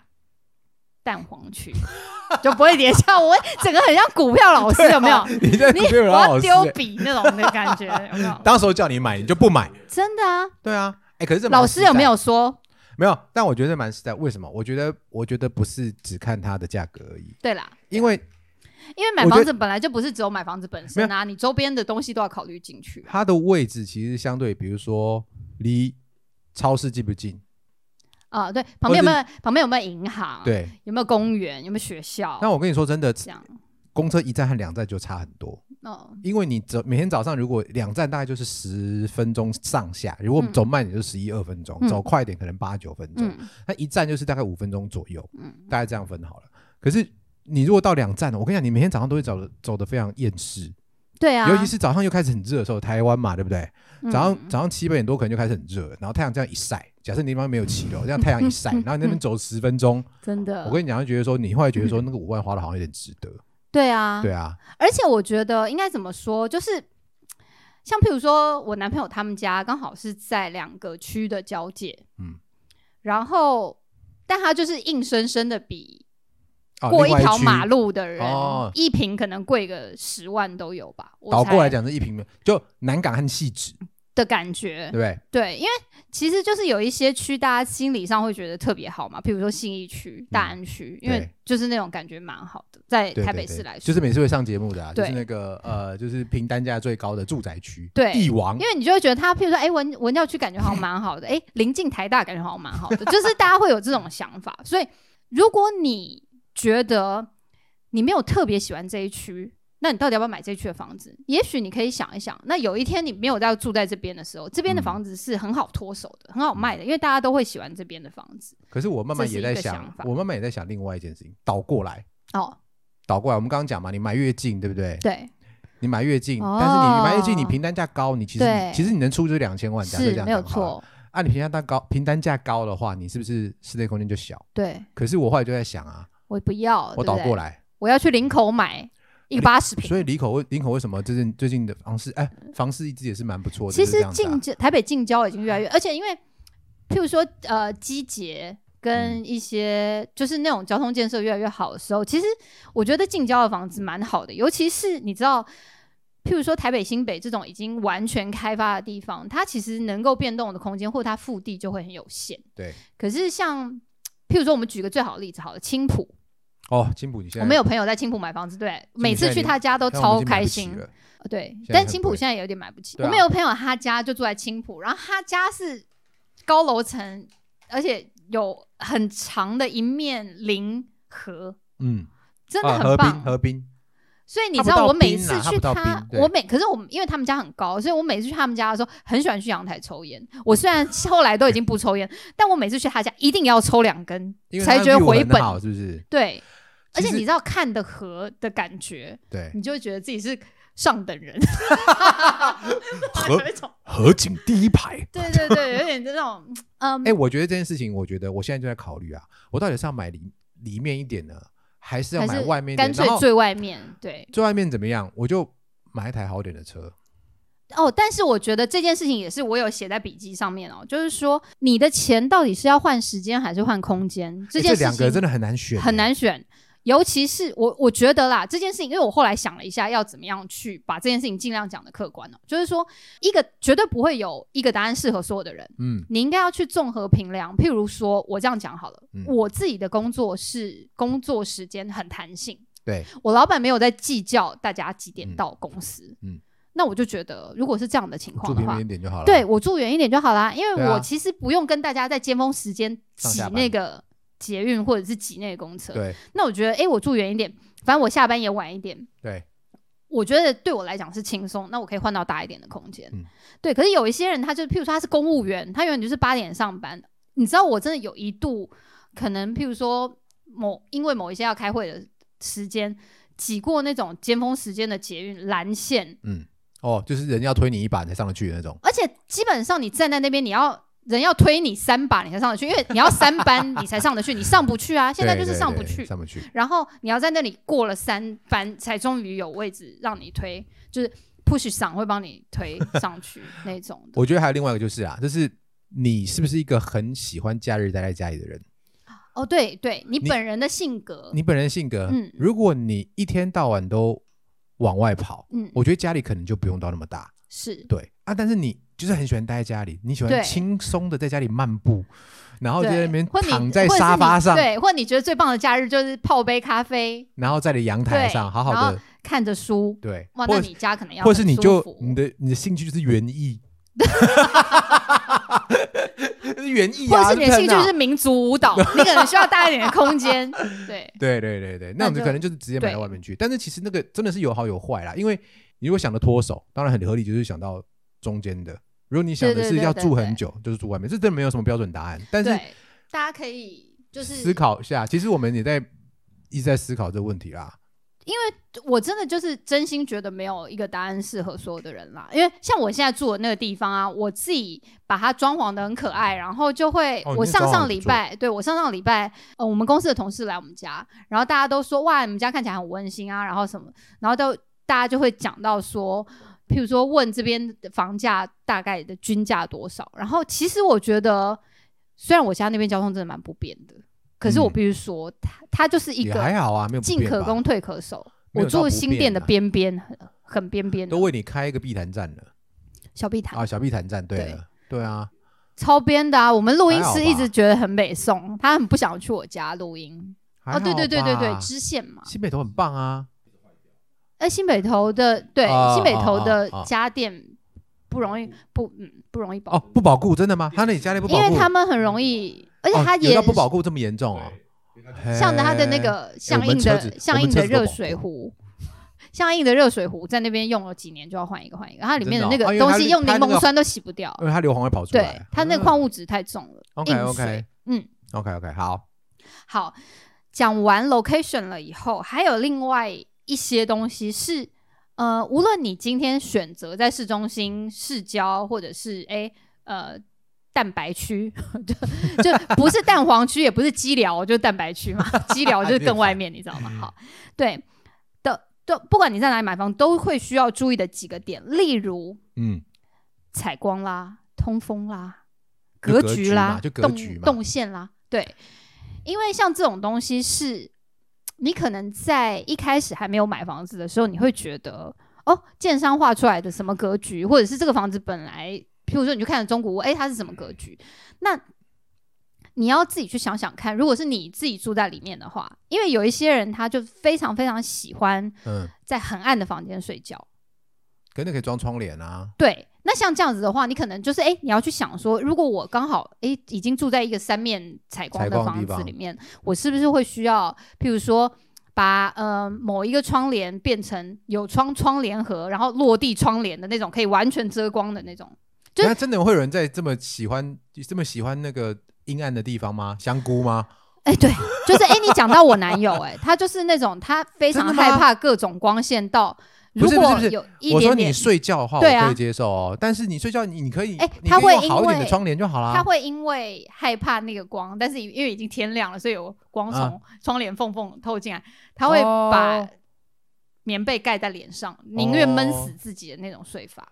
蛋黄区就不会跌价。我整个很像股票 老
啊
师， 有没有？
你在
你
股票
我
有老
要
师、
丢
欸，
笔那种的感 觉，有没有？
当时候叫你买你就不买，
真的啊，
对啊，哎，可是这蛮
老
实
师
在
有没有说？
没有？但我觉得蛮实在，为什么？我觉得我觉得不是只看它的价格而已，
对啦，
因为
因为买
我觉
房
得
子本来就不是只有买房子本身啊，你周边的东西都要考虑进去。啊
它的位置其实相对，比如说离超市近不近，哦
啊、对，旁边有没有旁边有没有银行？，
对。
有没有公园？有没有学校？
但我跟你说真的，
啊哦这样，
公车一站和两站就差很多。
嗯，
因为你走每天早上如果两站大概就是十分钟上下，如果
嗯
走慢一点就十一二分钟，
嗯
走快一点可能八九分钟，
嗯
那、一站就是大概五分钟左右，
嗯，
大概这样分好了。可是你如果到两站了，我跟你讲，你每天早上都会走的走的非常厌世，
对啊，
尤其是早上又开始很热的时候，台湾嘛，对不对？
嗯
早上、早上七八点多可能就开始很热，然后太阳这样一晒，假设你地方没有骑楼，
嗯
这样太阳一 晒，然后你那边走十分钟，
真的，
我跟你讲，就觉得说你会觉得说那个五万花的好像有点值得，
对啊，
对啊，
而且我觉得应该怎么说，就是像譬如说我男朋友他们家刚好是在两个区的交界，
嗯
嗯，然后但他就是硬生生的比
啊
过
另
一
外
条
区
马路的人，
哦
一瓶可能贵个十万都有吧，我
倒过来
猜
讲是一平米，就南港和细致，
的感觉
对，不对？
对，因为其实就是有一些区，大家心理上会觉得特别好嘛，譬如说信义区、大安区，因
嗯
为
对
就是那种感觉蛮好的，在
对
台
对
北
对
市来说，
就是每次会上节目的、啊，就是
对
那个呃，就是平单价最高的住宅区，
对
帝王
因，为你就会觉得他，譬如说，哎、文文教区感觉好像蛮好的，哎、临近台大感觉好像蛮好的， 就是大家会有这种想法。所以，如果你觉得你没有特别喜欢这一区，那你到底要不要买这一区的房子？也许你可以想一想，那有一天你没有在住在这边的时候，这边的
嗯
房子是很好脱手的，很好卖的，因为大家都会喜欢这边的房子。
可是我慢慢
这是
也
一
在
个
想，
想法
我慢慢也在想另外一件事情，倒过来，
哦，
倒过来，我们刚刚讲嘛，你买越近，对不对？
对，
你买越近，
哦
但是你买越近，你平单价高，你其实
对
你其实你能出就是两千万，假设这
是
样
没有
讲好了。
错，
啊，你平单价高，平单价高的话，你是不是室内空间就小？
对
可是我后来就在想啊，
我不要，
我
哦对不
倒
对
过，来，
我要去林口买一个八十平。
所以林口为林口为什么最近最近的房市哎房市一直也是蛮不错的，
其
就是这
实
样子啊
近郊台北近郊已经越来越，而且因为譬如说呃机捷跟
嗯
一些、就是那种交通建设越来越好的时候，其实我觉得近郊的房子蛮好的，尤其是你知道。譬如说台北新北这种已经完全开发的地方，它其实能够变动的空间或它腹地就会很有限。
对
可是像譬如说，我们举个最好的例子好了，青浦，
哦，金浦你现在
我们有朋友在青浦买房子，对，
浦
每
现
次
在
去
连
他家都
但我
超
们已经买
开
不起
心。
了
呃对，
在
但
很
青浦
贵
现在也有点买不起。
对
我
啊
们有朋友他家就住在青浦，然后他家是高楼层，而且有很长的一面临河，
嗯，
真的
啊，
很
河
棒。
滨河滨，
所以你
它
知
不
道
到
我每
冰
次
啦它
去
不到
他，
冰
我
对
每可是我们因为他们家很高，所以我每次去他们家的时候，很喜欢去阳台抽烟。我 虽然后来都已经不抽烟，但我每次去他家一定要抽两根
因为它
才觉得
view
回
很
本。
好是不是？
对，而且
其实
你知道看的河的感觉，
对，
你就会觉得自己是上等 人，
河
有一种
河景第一排。
对对对，有点这 种，嗯，
哎、我觉得这件事情，我觉得我现在就在考虑啊，我到底是要买里里面一点呢，还是要
还
买
是
外面一点？
干脆
然后
最外面，对，
最外面怎么样？我就买一台好点的车，
哦，但是我觉得这件事情也是我有写在笔记上面哦，就是说你的钱到底是要换时间还是换空间？
这
件事情
两个真的很欸难选，
很。难选。尤其是我，我觉得啦，这件事情，因为我后来想了一下，要怎么样去把这件事情尽量讲的客观哦、就是说，一个绝对不会有一个答案适合所有的人，
嗯
你应该要去综合评量。譬如说，我这样讲好了，
嗯
我自己的工作是工作时间很弹性，
对
我老板没有在计较大家几点
嗯
到公司，
嗯
那我就觉得，如果是这样的情
住
况的
平
话
民一，点就好了。
对，我住远一点就好啦，因
对
为
啊
我其实不用跟大家在尖峰时间
上
挤
下班
那个捷运或者是挤那个公车。
对
那我觉得，诶，我住远一点，反正我下班也晚一点，
对，
我觉得对我来讲是轻松，那我可以换到大一点的空间。
嗯
对，可是有一些人，他就譬如说他是公务员，他永远就是八点上班。你知道，我真的有一度可能，譬如说某因为某一些要开会的时间，挤过那种尖峰时间的捷运蓝线，
嗯，哦，就是人要推你一把才上得去的那种。
而且基本上你站在那边，你要人要推你三把你才上得去，因为你要三班你才上得去，你上不去啊，现在就
对
是
对
上不
对
去。
上不去。
然后你要在那里过了三班，才终于有位置让你推，就是 push 上会帮你 推上去那种的。
我觉得还有另外一个就是啊，就是你是不是一个很喜欢假日待在家里的人？
哦，对对，你
你
本人的性格，
你本人性格，
嗯
如果你一天到晚都往外跑，
嗯，
我觉得家里可能就不用到那么大。
是
对啊，但是你就是很喜欢待在家里，你喜
对
欢轻松的在家里漫步，然后就在
对
那边
或你
躺在
或者是
沙
你
发上，
对，或你觉得最棒的假日就是泡杯咖啡，
然后在你阳台
对
上好
然
好
后
的
看着书。
对，
哇，
或
那你家可能要
或
很
是你
舒
就
服
你的你的兴趣就是园 艺，园艺
或
啊，
是你的兴趣
喷啊
是民族舞蹈，你可能需要大一点的空间。 对，
对对对对，那
那
我们
就
可能就是直接买到
对
外面去。但是其实那个真的是有好有坏啦，因为你如果想的脱手，当然很合理，就是想到中间的；如果你想的
对对
是
对
要
对
住
对
很久，就是住外面，这真的没有什么标准答案。 但是
对，大家可以就是
思考一下，其实我们也在一直在思考这个问题啦。
我真的就是真心觉得没有一个答案适合所有的人啦，因为像我现在住的那个地方啊，我自己把它装潢的很可爱，然后就会、
哦你
我
是
上
装潢
上
得
礼
不错
拜，对我上上礼拜，呃，我们公司的同事来我们家，然后大家都说哇，你们家看起来很温馨啊，然后什么，然后都大家就会讲到说，譬如说问这边的房价大概的均价多少，然后其实我觉得，虽然我家那边交通真的蛮不便的，可是我
嗯
必须说，它它就是一
也
个
还好啊，没有不
进
便
可
吧
攻，退可守。
没
我
有到
住
不
新
便
店的
啊
边边，很很边边的
都为你开一个避谈站了
小碧潭，
啊，小避谈站。对
对
了，对啊，
超边的啊！我们录音
还好
师一
吧
直觉得很美送，他很不想去我家录音。
还
哦，对
好
对对对对，
吧
知县嘛，
新北投很棒啊，
哎，新北投的对，
啊
新北
啊
投
啊
的
啊
家电不容易不嗯不容易保
哦，不保固真的吗？他那你家里不保
因
固？
为他们很容易，而且
哦
他
有
也
到不保固这么严重哦，
像他的那
嘿
个相
我们
应
车
的
子我
相
们
应
车
的
子都
热
保
水壶。相应的热水壶在那边用了几年就要换一个换一个，它里面的
真
那
的哦啊
个
因为
东
它
西
那
用柠
它那
檬
个
酸都洗不掉，
因为它硫磺会跑出
对
来。嗯
它那个矿物质太重了。
OK
硬
OK
水嗯，
OK OK 好，
好，讲完 location 了以后，还有另外一些东西是，呃，无论你今天选择在市中心、市郊，或者是诶呃蛋白区，就就不是蛋黄区，也不是鸡寮，就是蛋白区 嘛，鸡寮就是更外面，你知道吗？
嗯
好，对的，都不管你在哪里买房，都会需要注意的几个点，例如
嗯，
采光啦、通风啦、
就格
局
局
啦
嘛、就格局
动
嘛
动线啦，对，因为像这种东西是，你可能在一开始还没有买房子的时候，你会觉得哦，建商画出来的什么格局，或者是这个房子本来，譬如说你去看了中古屋，哎，它是什么格局，那。你要自己去想想看，如果是你自己住在里面的话，因为有一些人他就非常非常喜欢
嗯，
在很暗的房间睡觉，
可那可以装窗帘啊，
对，那像这样子的话，你可能就是哎、诶你要去想说，如果我刚好哎、诶已经住在一个三面采光
采
的
光的
房
地
子
方
里面，我是不是会需要，譬如说把呃某一个窗帘变成有窗窗帘盒，然后落地窗帘的那种，可以完全遮光的那种。就是
那真的会有人在这么喜欢这么喜欢那个阴暗的地方吗？香菇吗？
哎、对， 就是哎、诶你讲到我男友哎、诶他就是那种他非常
真的吗
害怕各种光线到，如
不是不是
果
不是
有一
我说
点
你
点，
睡觉的话，我
对啊
可以接受哦。但是你睡觉，你你可以，
哎
你
他
可以
会
用好一点
因
的
为
窗帘就好
他
啦。
会因为害怕那个光，但是因为已经天亮了，所以有光从窗帘缝缝透进来，他会把
啊哦
棉被盖在脸上，宁愿闷死自己的那种睡法。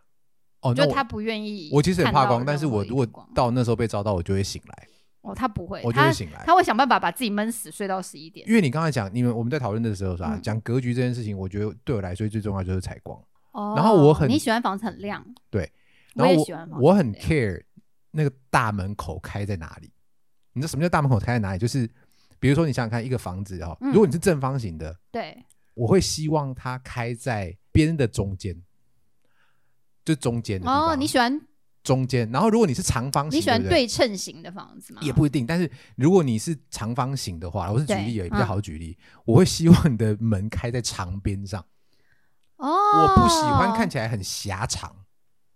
哦，那
就
我
他不愿意。
我其实很怕光，
光，
但是我如果到那时候被招到，我就会醒来，
哦，他不会，
我就
他
会醒来。
他会想办法把自己闷死，睡到十一点。
因为你刚才讲，你们我们在讨论的时候是吧，
嗯
讲格局这件事情，我觉得对我来说最重要就是采光。
哦，
然后我很
你喜欢房子很亮，
对，
我
然后
也
我
喜欢房子亮，
我很 care 那个大门口开在哪里。你知道什么叫大门口开在哪里？就是比如说你想想看，一个房子哦，
嗯
如果你是正方形的，
对，
我会希望它开在边的中间，就中间的地方
哦，你喜欢
中间。然后如果你是长方形，
你喜欢
对不
对称型的房子吗？
也不一定，但是如果你是长方形的话，我是举例
对嗯
而已，比较好举例。我会希望你的门开在长边上，
哦，
我不喜欢看起来很狭长，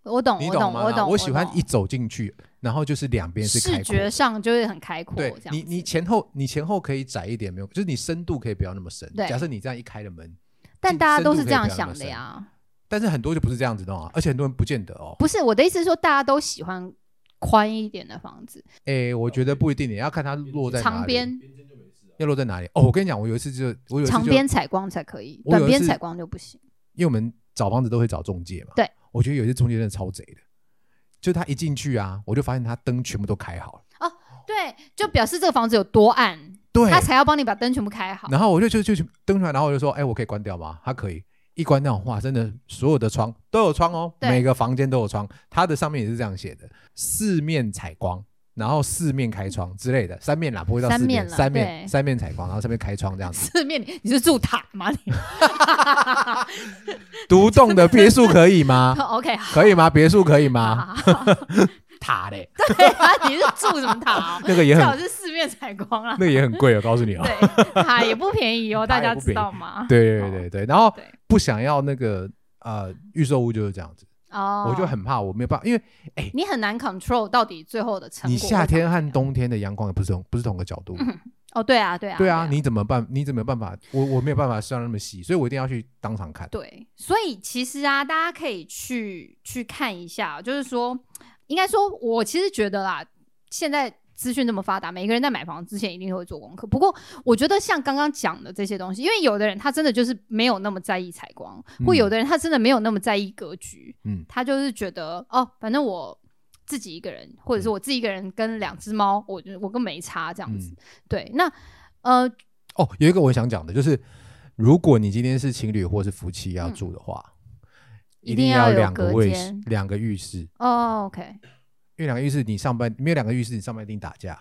我懂，
你
我
懂
懂，
吗？
我懂，
我喜欢
懂
一走进去，然后就是两边是开阔
视觉
的。
上就会很开阔，
对
这样
你，你
子
前后你前后可以窄一点，没有，就是你深度可以不要那么深。
对
假设你这样一开了门，
但
进
大家
深
都
度
是
可
这
以
样
不要那么
想的
深
呀。
但是很多就不是这样子弄啊，而且很多人不见得哦。
不是我的意思是说，大家都喜欢宽一点的房子，
哎，我觉得不一定，你要看它落在哪
长
里，
边
要落在哪里。哦，我跟你讲，我有一次就我有一次
长
就
边采光才可以，
我有
短
一
边
次
采光就不行。
因为我们找房子都会找中介嘛。
对，
我觉得有一些中介真的超贼的，就他一进去啊，我就发现他灯全部都开好了。
对，就表示这个房子有多暗，
对，
他才要帮你把灯全部开好。
然后我就就就去登出来，然后我就说，哎、我可以关掉吗？他可以。一关掉，哇，真的所有的窗都有窗哦，
对
每个房间都有窗。它的上面也是这样写的：四面采光，然后四面开窗之类的，三面啦，不会到
三
四
面
面，
啦
三面
对
三面采光，然后三面开窗这样子。
四面你你是住塔吗？ 你
独栋的别墅可以 吗？
OK 好
可以吗？别墅可以吗？
好好 好
塔嘞，
对啊，你是住什么塔、哦？
那个 也
最
很
好是四面采光啦。
那个也很贵，我告诉你哦。
对，塔也不便宜哦，
塔
大
也
家
不
知
便宜
道吗？
对对对对，然后
对
不想要那个呃预售屋就是这样子，
哦，
我就很怕我没有办法，因为
你很难 control 到底最后的成果
你
会长怎样。
夏天和冬天的阳光也不是同不是同个角度，
哦，对啊，对啊，
对啊，你怎么办？你怎么有办法？我我没有办法上那么细，所以我一定要去当场看。
对，所以其实啊，大家可以去去看一下，就是说，应该说，我其实觉得啦，现在资讯这么发达，每个人在买房之前一定会做功课。不过，我觉得像刚刚讲的这些东西，因为有的人他真的就是没有那么在意采光，或
嗯
有的人他真的没有那么在意格局，
嗯
他就是觉得哦，反正我。自己一个人，或者是我自己一个人跟两只猫，我我跟没差这样子。
嗯
对，那呃，
哦，有一个我想讲的就是，如果你今天是情侣或是夫妻要住的话，
嗯一
定
定要有
两个
隔
卫
间
两个浴室，
哦，OK，
因为两个浴室你上班没有两个浴室，你上班一定打架。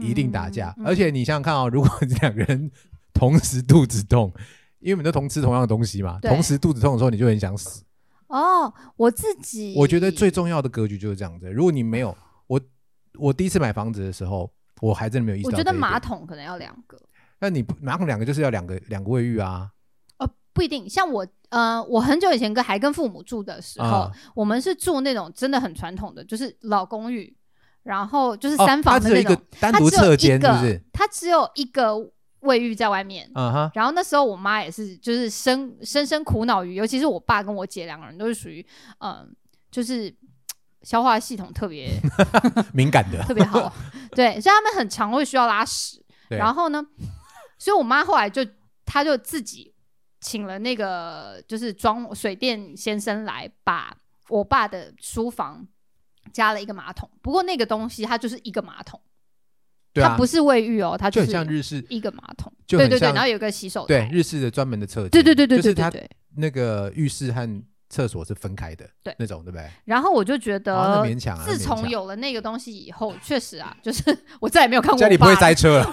一定打架。
嗯
而且你想想看哦，如 果这两个人同时肚子痛，因为我们都同吃同样的东西嘛，
对
同时肚子痛的时候你就很想死。
哦，我自己
我觉得最重要的格局就是这样子。如果你没有我，我第一次买房子的时候，我还真的没有意识
我
到。
觉得马，桶可能要两个，
那你不马桶两个就是要两个两个卫浴啊
呃，不一定。像我，呃，我很久以前跟还跟父母住的时候，
啊！
我们哦是住那种真的很传统的，就是老公寓，然后就是
哦
三
它
房
只
的
有
那
一
种
个，单独
它
侧
只有一
间，是
个，
不是？
它只有一个卫浴在外面。
嗯哈，
然后那时候我妈也是，就是深深深苦恼于，尤其是我爸跟我姐两个人都是属于，嗯、就是消化系统特别
敏感 的
特别好，对，所以他们很常会需要拉屎。
对
然后呢，所以我妈后来就，她就自己请了那个就是装水电先生来，把我爸的书房加了一个马桶。不过那个东西它就是一个马桶，
对
它
啊
不，是卫浴哦，它
就很像
是
日式，
一个马桶。
就
对
很
对对，
像
然后有一个洗手
对
台。
日式的专门的侧间，
对对对对
就是
对
它
对对。
那个浴室和厕所是分开的，
对
那种对不对？
然后我就觉
哦
得
那勉强啊，那
自
勉
从
强
有了那个东西以后，确实啊，就是 我再也没有看过
家里
哦
不
我
会
爸
塞
了，
车了，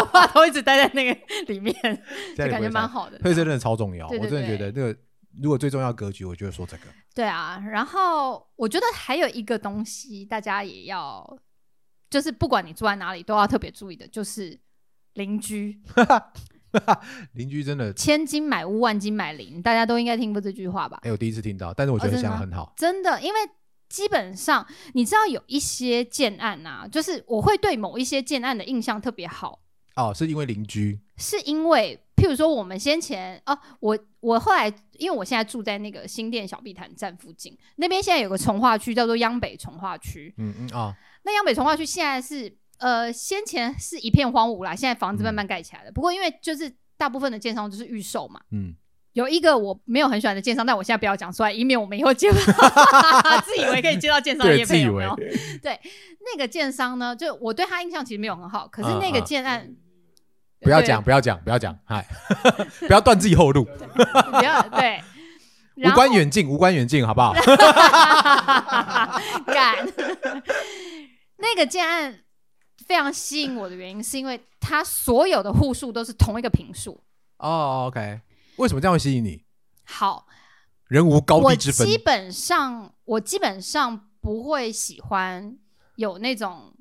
我爸都一直待在那个里面，
家
就
里不
感觉
会
蛮
塞。
好的。
所以这真的超重要，
对对
我真的觉
对
得那个如果最重要的格局，我就会说这个。
对啊，然后我觉得还有一个东西，大家也要，就是不管你住在哪里，都要特别注意的，就是邻居。
邻居真的，
千金买屋，万金买邻，大家都应该听过这句话吧？
哎，我第一次听到，但是我觉
哦
得
真的
想
吗
很好。
真的，因为基本上你知道有一些建案啊，就是我会对某一些建案的印象特别好，
哦，是因为邻居，
是因为，譬如说我们先前哦，我我后来，因为我现在住在那个新店小碧潭站附近，那边现在有个从化区叫做央北从化区，
嗯嗯啊，
那央北从化区现在是呃，先前是
嗯
一片荒芜啦，现在房子慢慢盖起来了。不过因为就是大部分的建商就是预售嘛，
嗯，
有一个我没有很喜欢的建商，但我现在不要讲出来，以免我们以后接不到， 自以为可以接到建商的业
对，自
配
以
有没
为
有？ 那个建商呢，就我对他印象其实没有很好，可
嗯
是那个建案，
不要
对
讲，不要讲，不要讲， 嗨，不要断自己后路，
不要对，
无
然后
关远近，无关远近，好不 好？
干那个建案非常吸引我的原因，是因为它所有的户数都是同一个平数。
哦，OK，
为什么这样会吸引你？
好，
人无高
我
低之分哦
基本上我基本上不会喜欢有那种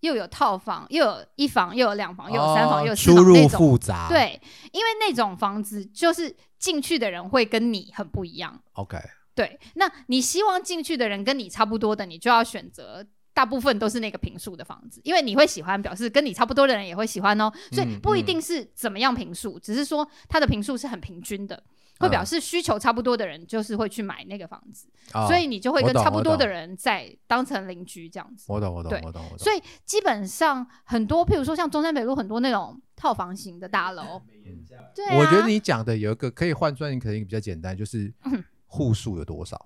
又有套房，又有一房，又有两房，又有三房，
哦
又有四
出
房
入
那种。
复杂，
对，因为那种房子就是进去的人会跟你很不一样。
，OK，
对，那你希望进去的人跟你差不多的，你就要选择大部分都是那个平数的房子，因为你会喜欢，表示跟你差不多的人也会喜欢哦。所以
嗯
不一
嗯
定是怎么样平数，只是说它的平数是很平均的，会表
嗯
示需求差不多的人就是会去买那个房子，
哦
所以你就会
我
跟
懂
差不
我
多的
懂
人在当成邻居这样子。
我懂，我懂
对，
我懂，我懂。
所以基本上很多，譬如说像中山北路很多那种套房型的大楼，对、啊，
我觉得你讲的有一个可以换算，可能比较简单，就是
嗯
户数有多少。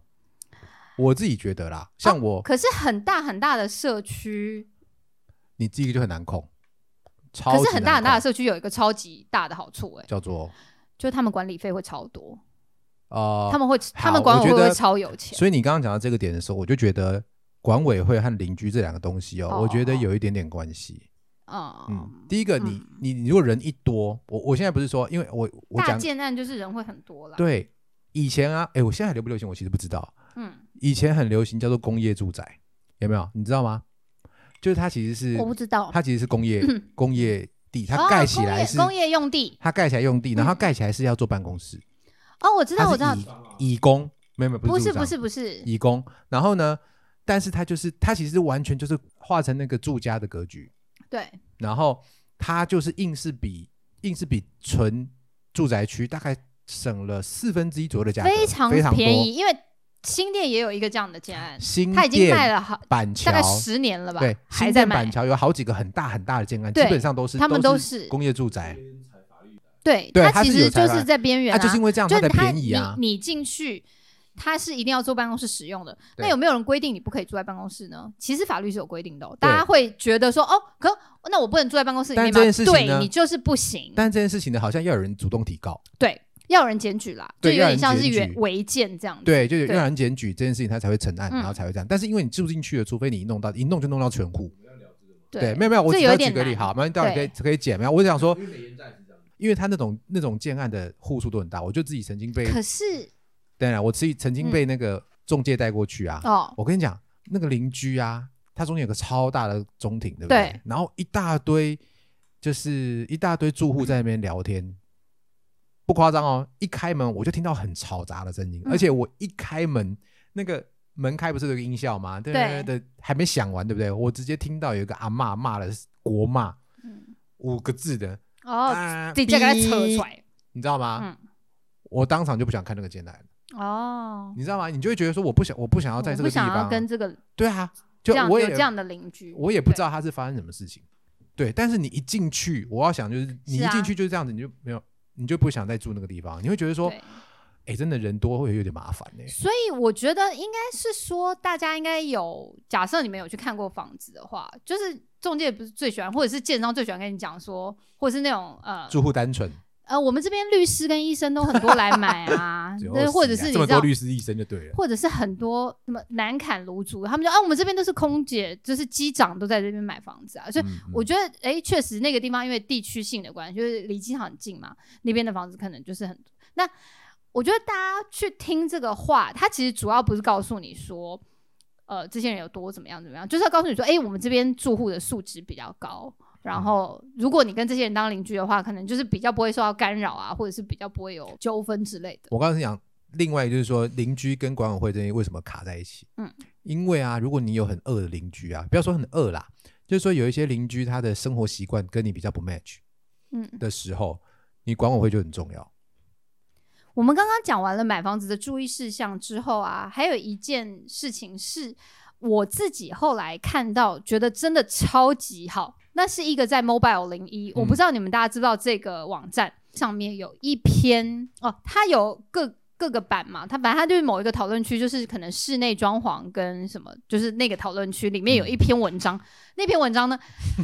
我自己觉得啦，像我、
可是很大很大的社区，
你第一个就很难控，超
可
级
是很大很
难
大的
控
社区有一个超级大的好处、哎，
叫做
就是他们管理费会超多，
呃
他，们会他们
我
管委
觉
会
得
会超有钱。
所以你刚刚讲到这个点的时候，我就觉得管委会和邻居这两个东西哦，
哦
我觉得
哦哦
有一点点关系。嗯
嗯，，
第一个你、你你如果人一多，我我现在不是说，因为我我
大
讲
建案就是人会很多啦。，
对以前啊，哎，我现在还流不流行，我其实不知道。
嗯，
以前很流行叫做工业住宅，有没有？你知道吗？就是它其实是
我不知道。
它其实是工业、工业地，它
嗯哦
盖起
工
来
业
是、
工业用地
它盖起来用地，然后它
嗯
盖起来是要做办公室。
哦，我知道，
它
我
是
知道，
以以工，没有没有，
不
是
是
住宅
不是不是，
以工。然后呢，但是它就是它其实完全就是画成那个住家的格局，
对，
然后它就是硬是比硬是比纯住宅区大概省了四分之一左右的价格，
非
非
常
多
便宜，。因为新店也有一个这样的建案，
新
它已经
店
卖了好
板桥
大概十年了吧，
对，
还
新
在
店
卖
板，桥有好几个很大很大的建案，基
对
本上都是
他们都
是
是
工业住宅，
对，
对它
其
是有
实
才
就
华
是在边缘
啊，就是因为这样
就
它
是
才
它
便宜啊。
你你进去，它是一定要做办公室使用的。那
对
有没有人规定你不可以住在办公室呢？其实法律是有规定的、哦，大家会觉得说哦，可那我不能住在办公室里面
但这件
吗
事？情
对
呢
你就是不行，
但这件事情呢，好像要有人主动提告，
对，要有人检举啦，就
对
有
要有人
点像是
检举
违违建这样子。
对，就有
对
要有人检举这件事情，他才会成案，
嗯
然后才会这样。但是因为你住进去了，除非你一弄到一弄就弄到全户，对，
对
没有没有，我
这
只
有
要
点
举个例，
难
好，麻烦待会可以可以解没有？我只想说，
啊
因为他那种那种建案的户数都很大，我就自己曾经 被，
可是
当然我自己曾经
嗯
被那个中介带过去啊，
哦，
我跟你讲，那个邻居啊，他中间有个超大的中庭，对不对？
对
然后一大堆就是一大堆住户在那边聊天，不夸张哦，一开门我就听到很嘈杂的声音，
嗯
而且我一开门那个。门开不是有个音效吗？对
对
对对，还没响完，对不对？我直接听到有一个阿嬷骂了国骂
嗯，
五个字的，
哦，
啊
自己再给它扯
哔
出来，
你知道吗？
嗯，
我当场就不想看那个简单，
哦，
你知道吗？你就会觉得说我不想，我不想要
我
在这
不
个地
想要
方，
跟这个
对啊，
这
就
样
我
有
也
这样的邻居，
我也不知
对
道他是发生什么事情。对，但是你一进去，我要想就是你
是
一
啊
进去就是这样子，你就没有，你就不想再住那个地方，你会觉得说，
对
哎，真的人多会有点麻烦呢、
所以我觉得应该是说，大家应该有假设你们有去看过房子的话，就是中介不是最喜欢，或者是建商最喜欢跟你讲说，或者是那种呃
住户单纯，
呃，我们这边律师跟医生都很多来买啊
只，有
对，
20
或者
啊
是你
这么
知
多
道。
律师医生就对了。嗯
或者是很多什么南坎卢竹，他们就啊，我们这边都是空姐，就是机长都在这边买房子啊，所以
嗯嗯
我觉得，哎、确实那个地方因为地区性的关系，就是离机场很近嘛，那边的房子可能就是很。那我觉得大家去听这个话，它其实主要不是告诉你说，呃，这些人有多怎么样怎么样，就是要告诉你说，哎、我们这边住户的素质比较高。然后，如果你跟这些人当邻居的话，可能就是比较不会受到干扰啊，或者是比较不会有纠纷之类的。
我刚才讲，另外就是说邻居跟管委会这些为什么卡在一起？
嗯，
因为啊，如果你有很恶的邻居啊，不要说很恶啦，就是说有一些邻居他的生活习惯跟你比较不 match
嗯，
的时候，你管委会就很重要。
我们刚刚讲完了买房子的注意事项之后啊，还有一件事情是我自己后来看到，觉得真的超级好。那是一个在 Mobile 零一、我不知道你们大家知不知道这个网站，上面有一篇哦，它有各各个版嘛，它反正它就是某一个讨论区，就是可能室内装潢跟什么，就是那个讨论区里面有一篇文章，那篇文章呢，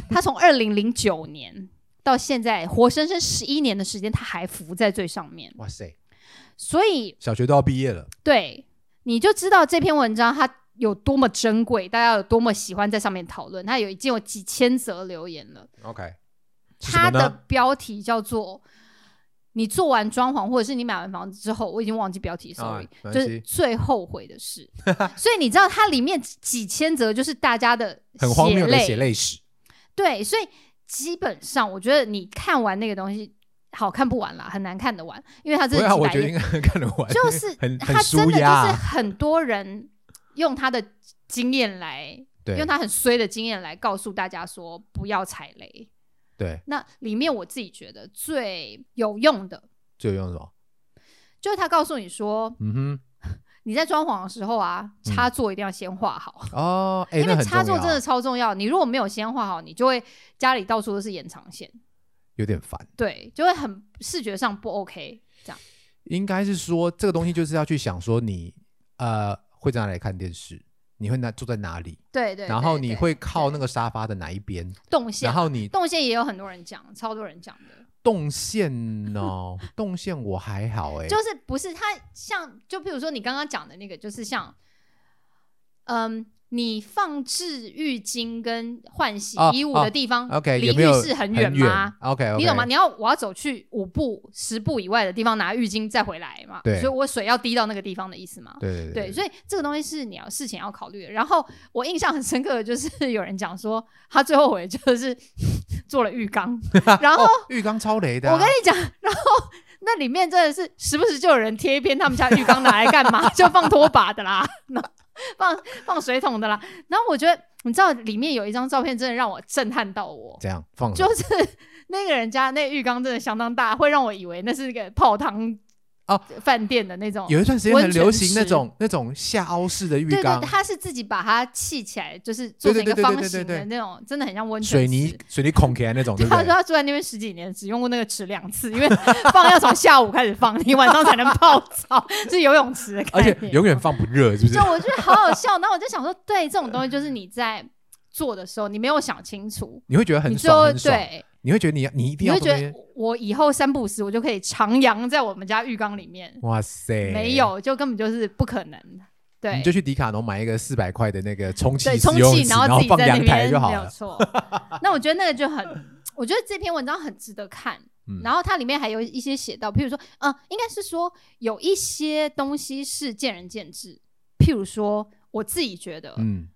它从二零零九年到现在，活生生十一年的时间，它还浮在最上面，
哇塞，
所以
小学都要毕业了，
对，你就知道这篇文章它有多么珍贵，大家有多么喜欢在上面讨论，它有已经有几千则留言了。
OK，
是什么
它
呢
的标题叫做“你做完装潢，或者是你买完房子之后”，我已经忘记标题，sorry，、
啊没关
就
系
是最后悔的事。 所以你知道它里面几千则就是大家的
很荒
血
谬的
泪
血泪史。
对，所以基本上我觉得你看完那个东西，好看不完啦，很难看得完，因为它这
对
是
啊，
几
我
百
觉得
页
应该看得完，
就是
很很
他真
舒
的就
压
是很多人用他的经验来，
对
用他很衰的经验来告诉大家说不要踩雷。
对，
那里面我自己觉得最有用的，
就用什么？
就是他告诉你说
嗯
你在装潢的时候啊，
嗯
插座一定要先画好。
哼，哦，哎，
因
那
为
很
插座
重
真的
要，
超重要，你如果没有先画好，你就会家里到处都是延长线，
有点烦。
对，就会很视觉上不 OK。这样
应该是说这个东西就是要去想说你呃会在哪里看电视，你会哪坐在哪里，
对对，
然后
对
你
对
会靠那个沙发的哪一边，
动线
然
啊，
后你
动线也有很多人讲，超多人讲的。
动线哦，动线我还好哎，
就是不是它像，就比如说你刚刚讲的那个，就是像，嗯，你放置浴巾跟换洗
哦
衣物
哦
的地方，
OK
离
有没有
浴室很远吗？
？OK，, o k
你懂吗？你要我要走去五步、十步以外的地方拿浴巾再回来嘛？
对
所以我水要滴到那个地方的意思嘛？
对对
对，所以这个东西是你要事前要考虑的。然后我印象很深刻的就是 有人讲说，他最后悔就是 做了浴缸， 然后
哦浴缸超雷的啊、
我跟你讲，然后那里面真的是时不时就有人贴一篇他们家浴缸拿来干 嘛，就放拖把的啦， 那放放水桶的啦。然后我觉得，你知道里面有一张照片，真的让我震撼到我，
这样放着
就是那个人家那浴缸真的相当大，会让我以为那是一个泡汤
哦
饭店的那种。
有一段时间很流行
哦温泉池
那种那种下凹式的浴
对对，
缸，
他是自己把它砌起来，就是做成一
对
个
对对对
方
对对
形
对
的那种，真的很像温泉
水
池
泥水泥孔起来那种，对不
啊他说
对？
他住在那边十几年，只用过那个池两次，因为 放要从下午开始放，你晚上才能泡澡， 是游泳池的概
而
念。
且 永远放不热，是不是
就？我觉得好好笑，然后我就想说，对这种东西就是你在做的时候，你没有想清楚，
你会觉得很
你最后
爽很爽，
对，
你会觉得你你一定
你
要
会觉
这
得
边
我以后三不死，我就可以徜徉在我们家浴缸里面。
哇塞，
没。有，就根本就是不可能。对，
你就去迪卡侬买一个四百块的那个充气
对，充
使用
气，
池，
然后
然
自己
放
在那
阳台
边
就好
没有
了。
错。那我觉得那个就很，我觉得这篇文章很值得看。
嗯
然后它里面还有一些写到，譬如说，嗯，应该是说有一些东西是见仁见智。譬如说，我自己觉得
嗯，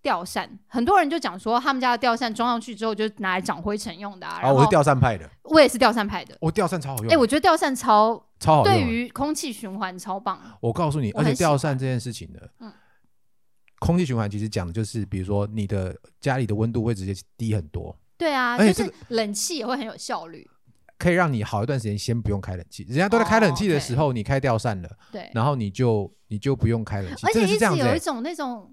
吊扇，很多人就讲说他们家的吊扇装上去之后就拿来长灰尘用的、
哦
啊。
啊，
然
我
后
是吊扇派的，
我也是吊扇派的。
我吊扇超好用，
哎，我觉得吊扇超
超好
对
用的。
于空气循环超棒。
啊我告诉你，
我
而
很
且
喜欢
吊扇这件事情呢，
嗯
空气循环其实讲的就是，比如说你的家里的温度会直接低很多，
对啊，
而
就
且
是冷气也会很有效率。
可以让你好一段时间先不用开冷气。人家都在开冷气的
哦
时候，你开吊扇了，
对，
然后你就你就不用开冷气，
而
真
且
的是
一
这样
直
子、
有一
欸。
种那种，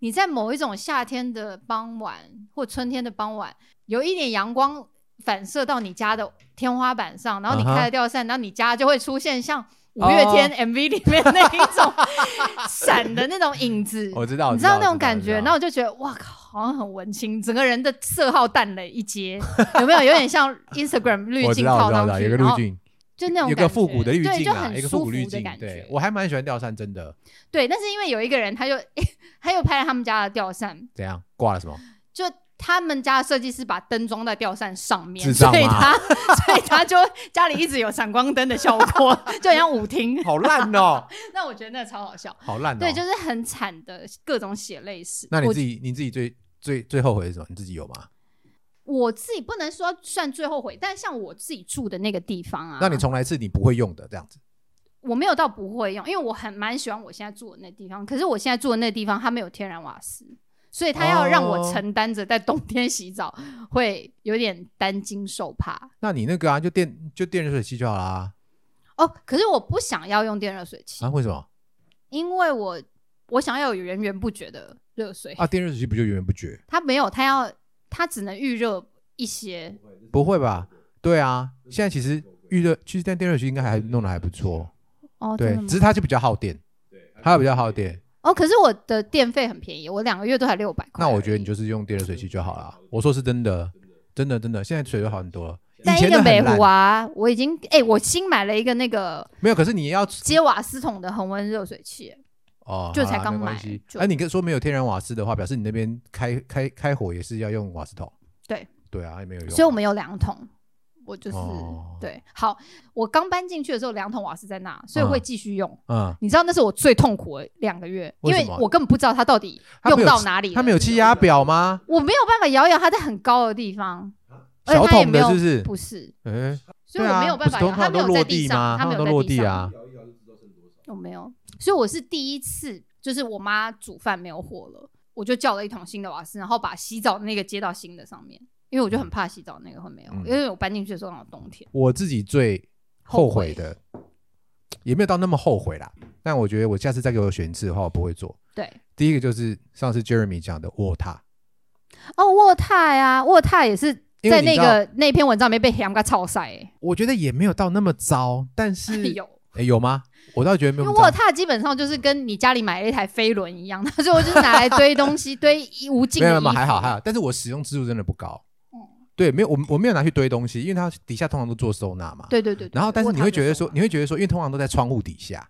你在某一种夏天的傍晚或春天的傍晚，有一点阳光反射到你家的天花板上，然后你
嗯哼哦
开了吊扇，然后你家就会出现像五月天 MV 里面那一种闪的那种影子。
哦我知道，
你
知道
那种感
我知
觉，然
道
后我就觉得哇靠，好像很文青，整个人的色号淡了一阶，有没有？有点像 Instagram 滤
我知
镜
道，我
套
知道，我
上
知道
去，
有个
然
滤
后
镜，
就那种
有
感
个复
觉
古的滤
对
镜
就
啊，
很
一个
舒
复古
服
滤
的
镜
感，
对
觉。
我还蛮喜欢吊扇，真的。
对，但是因为有一个人，他就 他又拍了他们家的吊扇，
怎样挂了什么？
就他们家的设计师把灯装在吊扇上面，
智障
所
啊
以他
吗
所以他就家里一直有闪光灯的效果，就很像舞厅。
好烂哦，
那我觉得那超好笑，
好烂哦。
对，就是很惨的各种血泪史。
那你
我
自己你自己最最最后悔是什么？你自己有吗？
我自己不能说算最后悔，但像我自己住的那个地方啊，
那你重来一次你不会用的这样子，
我没有到不会用，因为我很蛮喜欢我现在住的那地方。可是我现在住的那地方，它没有天然瓦斯，所以它要让我
哦
承担着在冬天洗澡，会有点担惊受怕。
那你那个啊就电就电热水器就好啦。
哦，可是我不想要用电热水器，
啊，为什么？
因为我我想要有源源不绝的热水。
啊，电热水器不就源源不绝？
它没有，它要它只能预热一些。
不会吧？对啊，现在其实嗯预热区间电热水器应该还弄得还不错，
哦，
对
真的，吗
只是它就比较耗电，它比较耗电。
哦，可是我的电费很便宜，我两个月都才六百块而
那
已。
我觉得你就是用电热水器就好了。我说是真的，真的真的，现在水都好很多了。
但
以
一
前
个
的
北
很
湖
烂，
啊，我已经哎、我新买了一个那个
没有。可是你要
接瓦斯桶的恒温热水器，
哦，
就
好
才
啦
刚
没关
买
系
就
哎、你跟说没有天然瓦斯的话，表示你那边开开开火也是要用瓦斯桶。
对
对啊，也没有用啊。
所以我们有两桶。我就是、
哦
对，好，我刚搬进去的时候，两桶瓦斯在那，所以会继续用。
嗯，
你知道那是我最痛苦的两个月，因
为
为
什么
我根本不知道它到底
它没
用
有
到
气
哪里了。
它没有气压表吗？
我没有办法摇一摇它在很高的地方，而且
小
它也
桶
没
的是
有
不是？
不是，
嗯，
所以
对
我
啊
没有办法
不
摇，
是通
它
常
没
都
有
落
在地
地
上，
吗？
它没
们
有
都
在
落
地
地
上，
啊。
我哦没有，所以我是第一次，就是我妈煮饭没有火了，我就叫了一桶新的瓦斯，然后把洗澡的那个接到新的上面，因为我就很怕洗澡那个会没有，
嗯
因为我搬进去的时候刚好冬天。
我自己最后
后悔
悔的，也没有到那么后悔啦。但我觉得我下次再给我选一次的话，我不会做。
对，
第一个就是上次 Jeremy 讲的卧榻，
哦，渥太啊，渥太也是
因为
在
你
那
知道
个那篇文章里面被杨家炒晒、欸，
我觉得也没有到那么糟，但是
有。
诶有吗？我倒觉得没
因
有
为
那么糟。
渥太基本上就是跟你家里买了一台飞轮一样， 它最后就是拿来堆东西，堆一无尽
没
的衣
有
服。
没有还好还好，但是我使用次数真的不高。
嗯
对，没有我我没有拿去堆东西，因为它底下通常都做收纳嘛。。
对对对对
然后，但是
渥
你
太
会
就
觉得说
送了，
你会觉得说，因为通常都在窗户底下，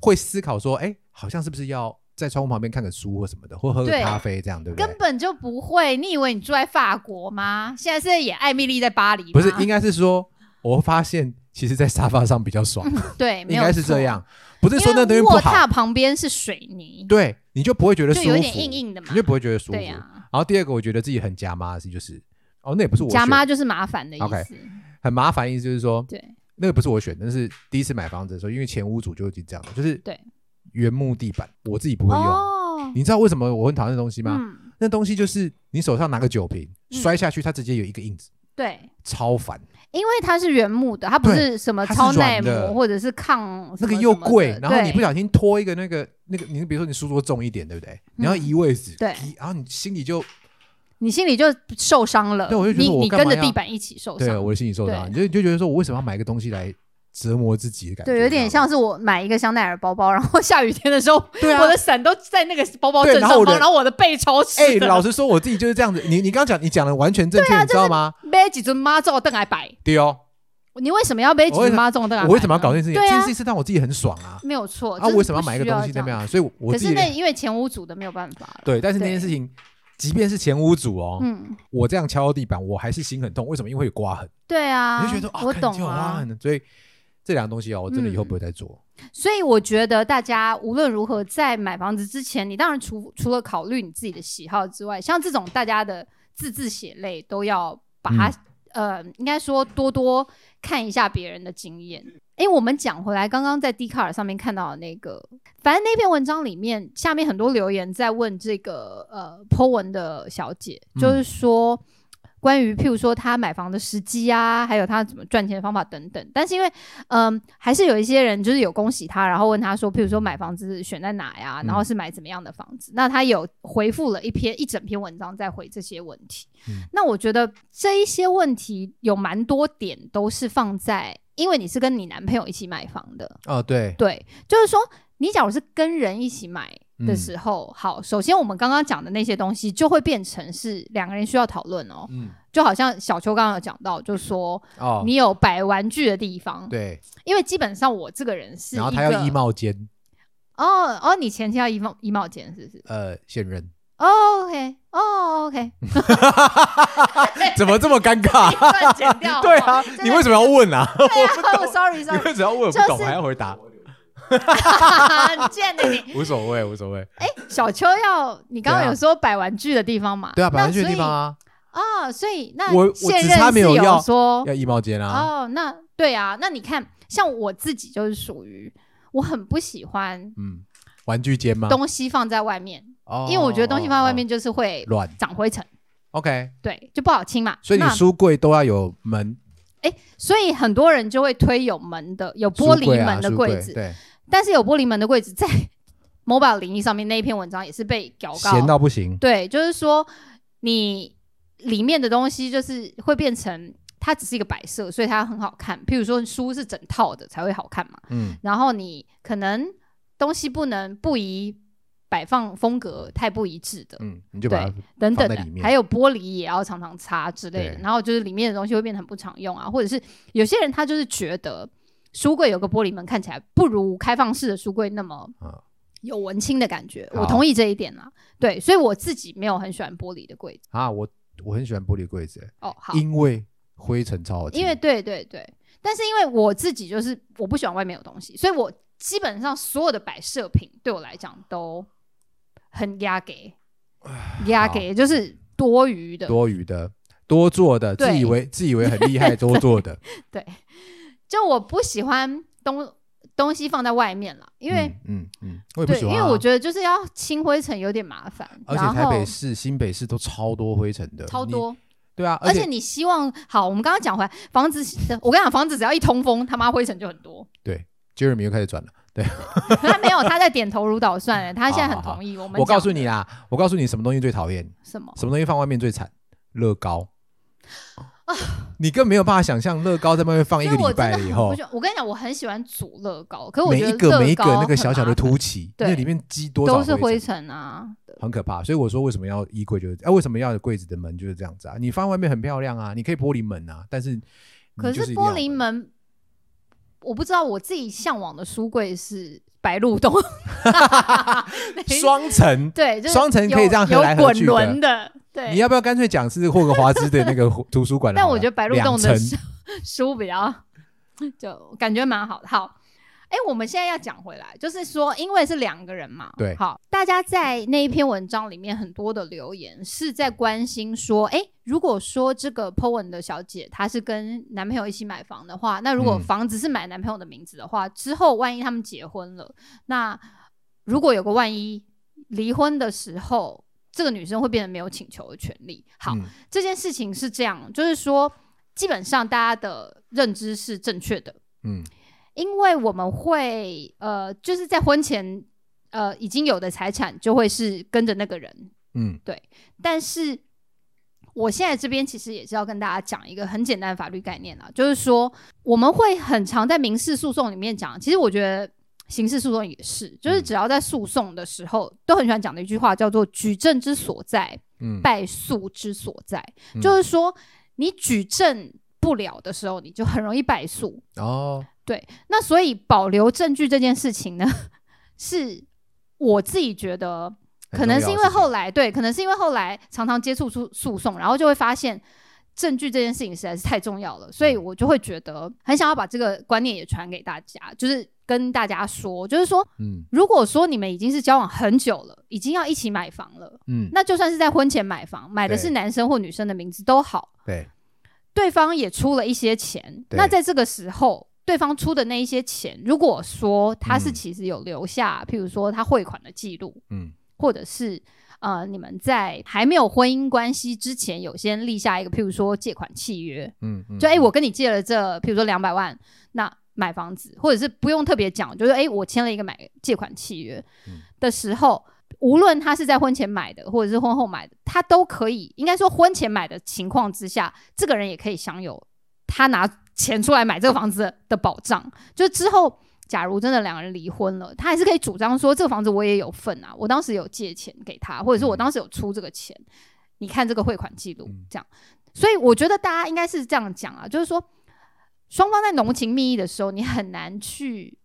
会思考说，哎，好像是不是要在窗户旁边看个书或什么的，或喝个
对
咖啡这样，对不对
根？本就不会。你以为你住在法国吗？现在是在演艾米丽在巴黎吗，
不是，应该是说，我发现其实，在沙发上比较爽，
对，嗯没
应
有
该是
错
这。样，不是
因
说
为
那东西不
卧
好，
榻旁边是水泥，
对，你就不会觉得舒
就
服，
有点硬硬的嘛
你就不会觉得舒服。
对啊
然
呀、
后第二个，我觉得自己很夹妈的事就是，哦，那也不是我
夹
选
妈就是麻烦的意思。
OK 很麻烦，意思就是说，
对，
那个不是我选的，那是第一次买房子的时候，因为前屋主就已经这样了，就是
对
原木地板，我自己不会用。
哦，
你知道为什么我很讨厌那东西吗？
嗯，
那东西就是你手上拿个酒瓶
嗯
摔下去，它直接有一个印子，
对，
超烦。
因为它是原木的，它不是什么
它是
超耐
软的
磨或者是抗
那个又贵，然后你不
想
小心拖一个那个那个，你比如说你书桌重一点，对不对？你要移位置，
嗯对
移然后你心里就
你心里就受伤了。
对我就觉得
你
我
你
干
跟
嘛
着
要
地板一起受
对
伤。
我的心里受伤，
对
你就你就觉得说我为什么要买一个东西来折磨自己的感觉？
对，有点
你知道
像
吗
是我买一个香奈儿包包，然后下雨天的时候，
对啊
我的伞都在那个包包
对
正上
然后我
方，
的
然后我的背超湿
哎，
的。啊
老实说，我自己就是这样子。你你刚刚讲你讲的完全正确，你知道吗？
买几尊妈照凳来摆，
对哦，
你为什么要背几
我为
尊
什
妈照凳来摆呢？
我为什么要搞这件事情？
对
这
啊
件事情是让我自己很爽啊！
没有错
啊，我为什么要买一个东西那
那
边啊？所以我，我
可
自
是
己
那因为前屋主的没有办法了。
对，但是那
对
件事情，即便是前屋主哦，
嗯，
我这样敲到地板，我还是心很痛。为什么？因为会有刮痕，
对啊，
你就觉得啊，
我
看
懂
就有刮
啊
痕。的。所以这两个东西哦，我真的以后
嗯
不会再做。
所以我觉得大家无论如何在买房子之前，你当然除除了考虑你自己的喜好之外，像这种大家的字字血泪都要把它、呃，应该说多多看一下别人的经验。诶，我们讲回来，刚刚在 d 卡尔上面看到的那个，反正那篇文章里面，下面很多留言在问这个呃 po 文的小姐，就是说。关于譬如说她买房的时机啊，还有她怎么赚钱的方法等等，但是因为嗯，还是有一些人就是有恭喜他，然后问他说，譬如说买房子选在哪呀，
嗯
然后是买怎么样的房子？那他有回复了一篇一整篇文章在回这些问题。
嗯
那我觉得这一些问题有蛮多点都是放在，因为你是跟你男朋友一起买房的，
哦，对，
对，就是说你假如是跟人一起买的
嗯
时候，好，首先我们刚刚讲的那些东西就会变成是两个人需要讨论哦，
嗯，
就好像小秋刚刚有讲到，就说
哦，
你有摆玩具的地方，
对，
因为基本上我这个人是一
然
个
后他要衣帽间，
哦哦，你前期要衣帽衣帽间是不是？
呃，现任，
哦，OK，哦，OK，
怎么这么尴 尬？
乱剪掉。
对啊，你为什么要问啊？
么 ？Sorry
你
Sorry，
为什么要问？我不
就
懂
是
还要回答，
很贱的你。
无所谓，无所谓。
哎，小秋要你刚刚
对啊
有说摆玩具的地方嘛？
对啊，
那
摆玩具的地方
所以
啊，
啊，所以那
我我
现
只
任
差没
是
有要
说
要衣帽间啊。
哦，那对啊，那你看，像我自己就是属于我很不喜欢
嗯，玩具间吗？
东西放在外面，
哦
因为我觉得东西放在外面
哦
就是会
哦乱。
长灰尘，
OK，
对，就不好清嘛。
所以你
那
书柜都要有门，
所以很多人就会推有门的、有玻
书柜
璃
啊
门的
书柜
子，
对，
但是有玻璃门的柜子在 Mobile 零一上面那一篇文章也是被搞
闲
高，
到不行。
对，就是说你里面的东西就是会变成它只是一个摆设，所以它很好看。譬如说书是整套的才会好看嘛，
嗯，
然后你可能东西不能不宜摆放风格太不一致的，
嗯，你就把它
等等
放在
的
里，面
还有玻璃也要常常擦之类的，
对
然后就是里面的东西会变得很不常用啊，或者是有些人他就是觉得书柜有个玻璃门看起来不如开放式的书柜那么
啊
有文青的感觉，
好
我同意这一点啦。对，所以我自己没有很喜欢玻璃的柜子。
啊，我我很喜欢玻璃柜子、欸
哦，好，
因为灰尘超好清，
因为对对对，但是因为我自己就是我不喜欢外面有东西，所以我基本上所有的摆设品对我来讲都很压给，压
好
给就是多余的，
多余的、多做的，
对
自以 为自以为很厉害，多做的，
就我不喜欢东东西放在外面了， 因为、
嗯嗯嗯，我也不
对，
喜
因
欢啊、
为我觉得就是要清灰尘有点麻烦，
而且
然
台
后
北市、新北市都超多灰尘的，
超
你。
多，
对啊，
而
且
且你希望好，我们刚刚讲回来，房子，我跟你讲，房子只要一通风，他妈灰尘就很 多。
Jeremy 又开始转了。
可他没有，他在点头如捣蒜欸了，他现在很
好好好
同意我们。
我告诉你啦，我告诉你什么东西最讨厌，
什么？
什么东西放外面最惨，乐高。 你更没有办法想象乐高在外面放一
因
个
为我
礼
真
拜
的
了以
很
后
不喜，欢，我跟你讲，我很喜欢组乐高，可是我
每
觉得
一个
乐
每一个
高
那个
很
小小
麻
的
烦
凸起，
对
那里面积多少
都是
灰
灰
尘，
尘啊。
很可怕。所以我说为什么要衣柜就是，哎、为什么要有柜子的门就是这样子啊？你放外面很漂亮啊，你可以玻璃门啊，但是你
嗯可
就是一定要
玻
有
璃
门
门，我不知道我自己向往的书柜是白鹿洞，
双层，
对，就是
双层可以
有
这样合
有
来合
滚
去的
轮的，
你
对。
要不要干脆讲是霍格华兹的那个图书馆好了？
但我觉得白鹿洞的
两
书
层
书比较，就感觉蛮好的。好，哎，我们现在要讲回来，就是说，因为是两个人嘛，
对
好，大家在那一篇文章里面很多的留言是在关心说，哎，如果说这个 po 文的小姐她是跟男朋友一起买房的话，那如果
嗯
房子是买男朋友的名字的话，之后万一他们结婚了，那如果有个万一离婚的时候，这个女生会变得没有请求的权利。好，
嗯
这件事情是这样，就是说，基本上大家的认知是正确的，
嗯
因为我们会呃，就是在婚前呃已经有的财产就会是跟着那个人，
嗯，
但是我现在这边其实也是要跟大家讲一个很简单的法律概念啦，就是说我们会很常在民事诉讼里面讲，其实我觉得刑事诉讼也是，就是只要在诉讼的时候，都很喜欢讲的一句话叫做“举证之所在，
嗯
败诉之所在”，
嗯
就是说你举证不了的时候，你就很容易败诉。
哦，
对，那所以保留证据这件事情呢， 是我自己觉得，
很
可能
重
是
要
因
的
为
事情
后来对，可能是因为后来常常接触诉诉讼，然后就会发现证据这件事情实在是太重要
嗯
了，所以我就会觉得很想要把这个观念也传给大家，就是跟大家说，就是说，
嗯
如果说你们已经是交往很久了，已经要一起买房了，
嗯，
那就算是在婚前买房，买的
对
是男生或女生的名字都好，
对，
对方也出了一些钱，
对
那在这个时候，对方出的那一些钱，如果说他是
嗯
其实有留下，譬如说他汇款的记录，
嗯
或者是呃你们在还没有婚姻关系之前，有先立下一个譬如说借款契约，
嗯嗯，
就哎、
嗯
我跟你借了这，譬如说两百万，那买房子，或者是不用特别讲，就是哎、我签了一个买借款契约
嗯
的时候。无论他是在婚前买的，或者是婚后买的，他都可以。应该说，婚前买的情况之下，这个人也可以享有他拿钱出来买这个房子的保障。就是之后，假如真的两个人离婚了，他还是可以主张说，这个房子我也有份啊，我当时有借钱给他，或者是我
嗯
当时有出这个钱。你看这个汇款记录
嗯，
这样。所以我觉得大家应该是这样讲啊，就是说，双方在浓情蜜意的时候，你很难去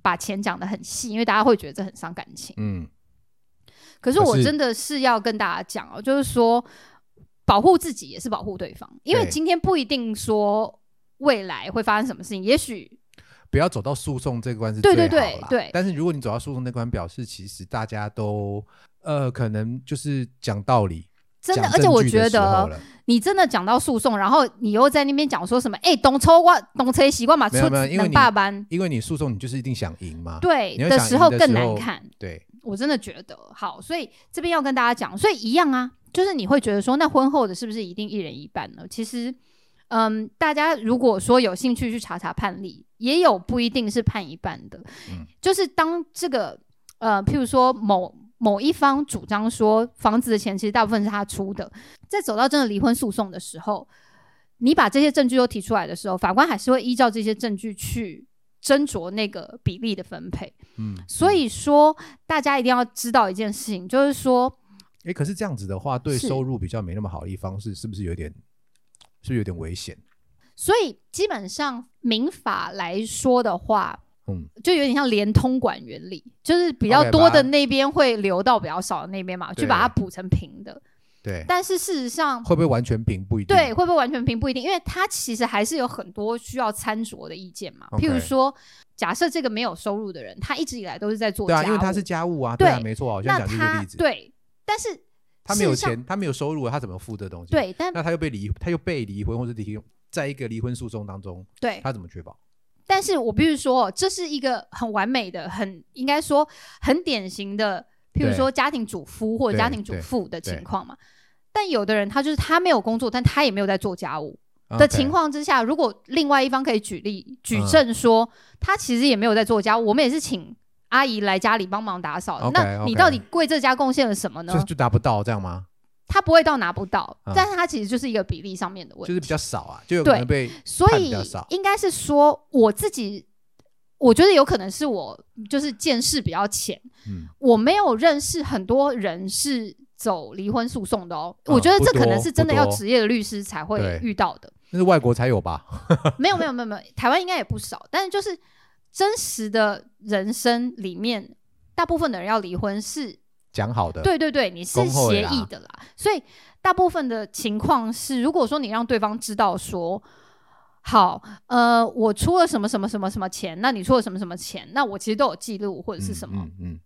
把钱讲得很细，因为大家会觉得这很伤感情。
嗯
可是我
可是
真的是要跟大家讲哦，就是说保护自己也是保护对方，因为
对
今天不一定说未来会发生什么事情，也许
不要走到诉讼这关是
对
最
对
好
对
啦
对
但是如果你走到诉讼那关，表示其实大家都呃，可能就是讲道理，
真的，
讲
而且
证
我
据
觉
的时候
得
了
你真的讲到诉讼，然后你又在那边讲说什么，哎、懂抽我懂车习惯嘛，
没有
出
没有因为
能
你
爸班。
因为你诉讼你就是一定想赢嘛，
对
你要
的
想
时
赢
候
的
更
时
难
候
看，
对
我真的觉得好，所以这边要跟大家讲，所以一样啊，就是你会觉得说，那婚后的是不是一定一人一半呢？其实，嗯，大家如果说有兴趣去查查判例，也有不一定是判一半的，
嗯
就是当这个呃，譬如说某某一方主张说房子的钱其实大部分是他出的，在走到真的离婚诉讼的时候，你把这些证据都提出来的时候，法官还是会依照这些证据去斟酌那个比例的分配。
嗯，
所以说，大家一定要知道一件事情，就是说，
哎，可是这样子的话，对
是
收入比较没那么好的一方是是不是有点，是不是有点危险？
所以基本上民法来说的话，
嗯，
就有点像连通管原理，就是比较
OK，
多
把
的
它
那边会流到比较少的那边嘛，去
对
把它补成平的。
对，
但是事实上，
会不嗯会完全平不一定？
对，，会不会完全平不一定，因为它其实还是有很多需要参酌的意见嘛。譬如
OK
说，假设这个没有收入的人，他一直以来都是在做
对
家务，
啊，因为他是家务啊，对啊，
对
没错啊，我现在
那
讲这个
他
例子，
对，但是
他没有
事实上
钱，他没有收入啊，他怎么付这东西？，
对，但
那他又被离，他又被离婚，或是离在一个离婚诉讼当中，
对，
他怎么确保？
但是我必须说，这是一个很完美的、很应该说很典型的，譬如说家庭主夫或
对
者家庭主
对
妇的
对
情况嘛。但有的人他就是他没有工作，但他也没有在做家务的
OK，
情况之下，如果另外一方可以举例举
嗯
证说、他其实也没有在做家务，我们也是请阿姨来家里帮忙打扫
OK，
那你
OK
到底为这家贡献了什么呢
就？就达不到这样吗？
他不会到拿不到，
嗯
但是他其实就是一个比例上面的问
就
题，
是比较少啊，就有可能 被
所
判比
以
较少
应该是说我自己，我觉得有可能是我就是见识比较浅，
嗯
我没有认识很多人是走离婚诉讼的哦。
嗯
我觉得这
不
可
多
能是真的
不
要
多
职业的律师才会
对
遇到的。
那是外国才有吧？
没有没有没有没有，台湾应该也不少，但是就是真实的人生里面，大部分的人要离婚是
讲好的，
对对对，你是
恭候
协
也啦
议的啦。所以大部分的情况是，如果说你让对方知道说，好，呃，我出了什么什么什么什么钱，那你出了什么什么钱，那我其实都有记录或者
嗯，
是什么、
嗯嗯，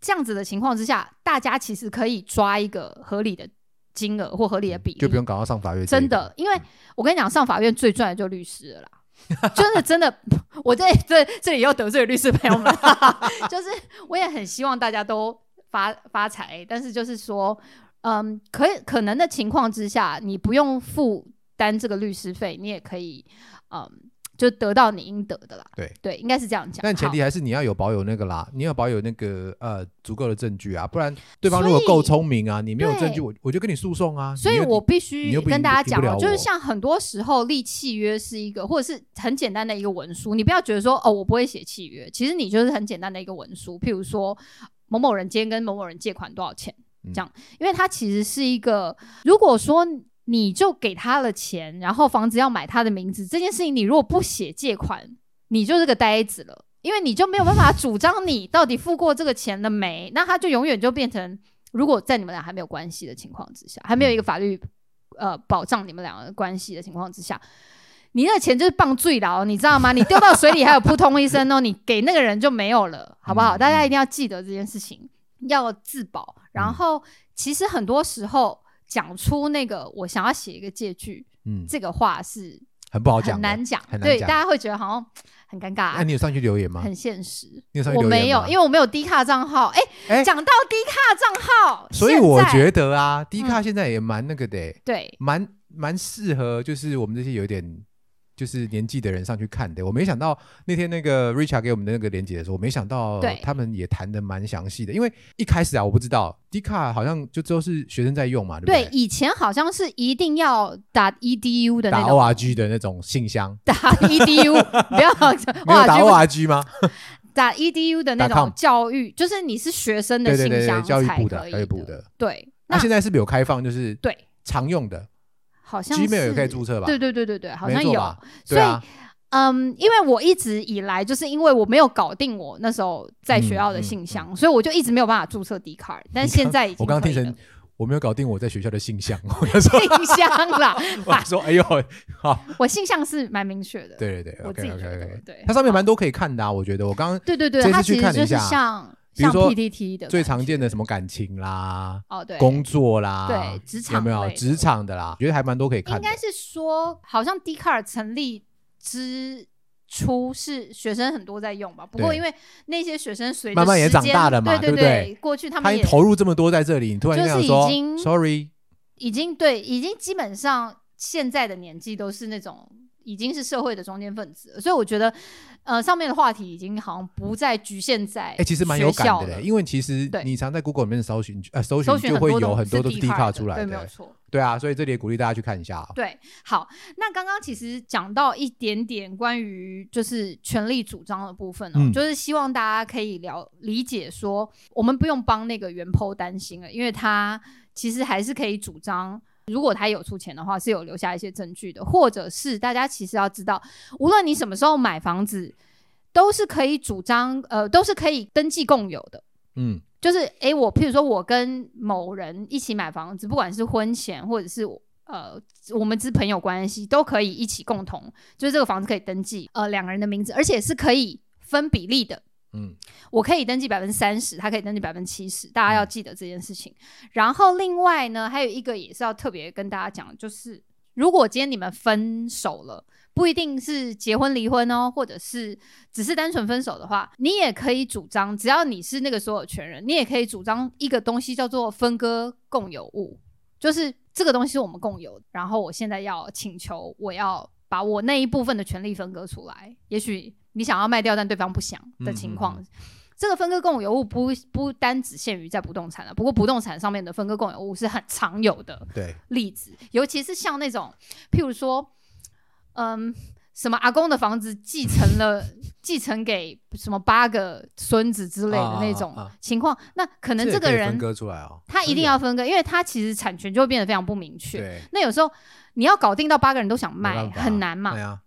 这样子的情况之下，大家其实可以抓一个合理的金额或合理的比例，
嗯就不用搞到上法院这一
真
步。
的，因为我跟你讲，上法院最赚的就律师了啦。 真的，真的， 我在这这里又得罪了律师朋友们， 就是我也很希望大家都发发财，但是就是说，嗯，可以可能的情况之下，你不用负担这个律师费，你也可以，嗯，就得到你应得的啦。
对
对，应该是这样讲。
但前提还是你要有保有那个啦，你要保有那个呃足够的证据啊，不然对方如果
所以
够聪明啊，你没有证据，
对
我我就跟你诉讼啊。
好所以
你又
我必
你
须
又不
跟大家
赢不
讲
了
哦，就是
我
像很多时候立契约是一个，或者是很简单的一个文书，你不要觉得说哦，我不会写契约，其实你就是很简单的一个文书，譬如说某某人今天跟某某人借款多少钱
嗯
这样，因为它其实是一个，如果说你就给他了钱，然后房子要买他的名字这件事情，你如果不写借款，你就是个呆子了。因为你就没有办法主张你到底付过这个钱了没，那他就永远就变成，如果在你们俩还没有关系的情况之下，还没有一个法律呃保障你们两个的关系的情况之下，你那个钱就是棒醉牢，你知 道吗？你丢到水里还有扑通一声哦，你给那个人就没有了，好不好？
嗯
大家一定要记得这件事情，要自保。然
嗯
后，其实很多时候讲出那个我想要写一个借据
嗯
这个话是
很不好讲
很
的，
难讲，
很难
对，
讲
大家会觉得好像很尴尬、
那、你有上去留言吗？
很现实。
你有上去
我
留言
没有，因
为
为我没有低卡账号。哎、
哎
讲到低卡账号，
所以
现
我
在嗯
觉得啊，迪卡现在也蛮那个的欸、
对
蛮蛮适合，就是我们这些有点就是年纪的人上去看的。我没想到那天那个 Richard 给我们的那个连接的时候，我没想到
对
他们也谈的蛮详细的。因为一开始啊，我不知道 d 卡好像就都是学生在用嘛，对不
对
对？，
以前好像是一定要打 edu 的那
打
种，
ORG 的那种信箱，
打 edu，不要
没有打
哇，
ORG 吗？
打 edu 的那
打 com
种教育，就是你是学生的
对对
信
对对，
箱
教育
才
部的
可以
教育部，的。
对，
那、
那
现在是不是有开放，就是
对，
常用的
好像
Gmail 也可以
是
注册吧？
对对对对对，好
没
像
错
有
吧，对
所以
啊，
嗯，因为我一直以来就是因为我没有搞定我那时候在学校的
嗯嗯
信箱，所以我就一直没有办法注册 d 卡，但现在已经
我刚刚
可
听
以
成
了
我没有搞定我在学校的信箱，我就说
信箱 啦，
我就说哎呦，好，
我信箱是蛮明确的，
对对对
我自
，OK
己
OK
觉得
OK。
对，
它上面蛮多可以看的啊，我觉得我刚刚
对对对
这，次
它
去
其实
看
就
一
是
下
像
比如
像
说
PPT 的
最
感
常
觉
见的什么感情啦、
哦对
工作啦，
对职场
有没有
类的
职场的啦？觉得还蛮多可以看
应
的
该。是说，好像 d 卡尔成立之初是学生很多在用吧？不过
对
因为那些学生随着
慢慢也
时间
长大了嘛
对
对不
对
对，
过去他
他
们
已
也
经投入这么多在这里，你突然
就
这样
是
说
已经
，sorry，
已经对，已经基本上现在的年纪都是那种已经是社会的中间分子了，所以我觉得，呃，上面的话题已经好像不再局限在
哎、其实蛮有
学
感
校
的嘞，
了
因为其实
对
你常在 Google 里面搜寻，呃，搜
搜
寻
寻
就会有
都
很多
是
都是
D 卡
Dcard 出来
对，没有
的，
错。
对啊，所以这里也鼓励大家去看一下啊。
对，好，那刚刚其实讲到一点点关于就是权力主张的部分哦，
嗯
就是希望大家可以了理解说，我们不用帮那个袁剖担心了，因为他其实还是可以主张。如果他有出钱的话，是有留下一些证据的，或者是大家其实要知道，无论你什么时候买房子，都是可以主张，呃，都是可以登记共有的。
嗯，
就是诶，我譬如说我跟某人一起买房子，不管是婚前或者是呃我们之朋友关系，都可以一起共同，就是这个房子可以登记呃两个人的名字，而且是可以分比例的。
嗯，
我可以登记百分之三十，他可以登记百分之七十，大家要记得这件事情。然后另外呢，还有一个也是要特别跟大家讲的，就是如果今天你们分手了，不一定是结婚离婚哦，或者是只是单纯分手的话，你也可以主张，只要你是那个所有权人，你也可以主张一个东西叫做分割共有物，就是这个东西是我们共有的，然后我现在要请求，我要把我那一部分的权利分割出来。也许你想要卖掉，但对方不想的情况。
嗯
这个分割共有物不不单只限于在不动产了，不过不动产上面的分割共有物是很常有的，
对，
例子，尤其是像那种，譬如说，嗯，什么阿公的房子继 承了，继承给什么八个孙子之类的那种
啊啊啊
情况，那可能
这也
这个
可以
人
分割出来哦，
他一定要分割，因为他其实产权就会变得非常不明确。
对，
那有时候你要搞定到八个人都想
没
卖，
办法
很难嘛
对。啊，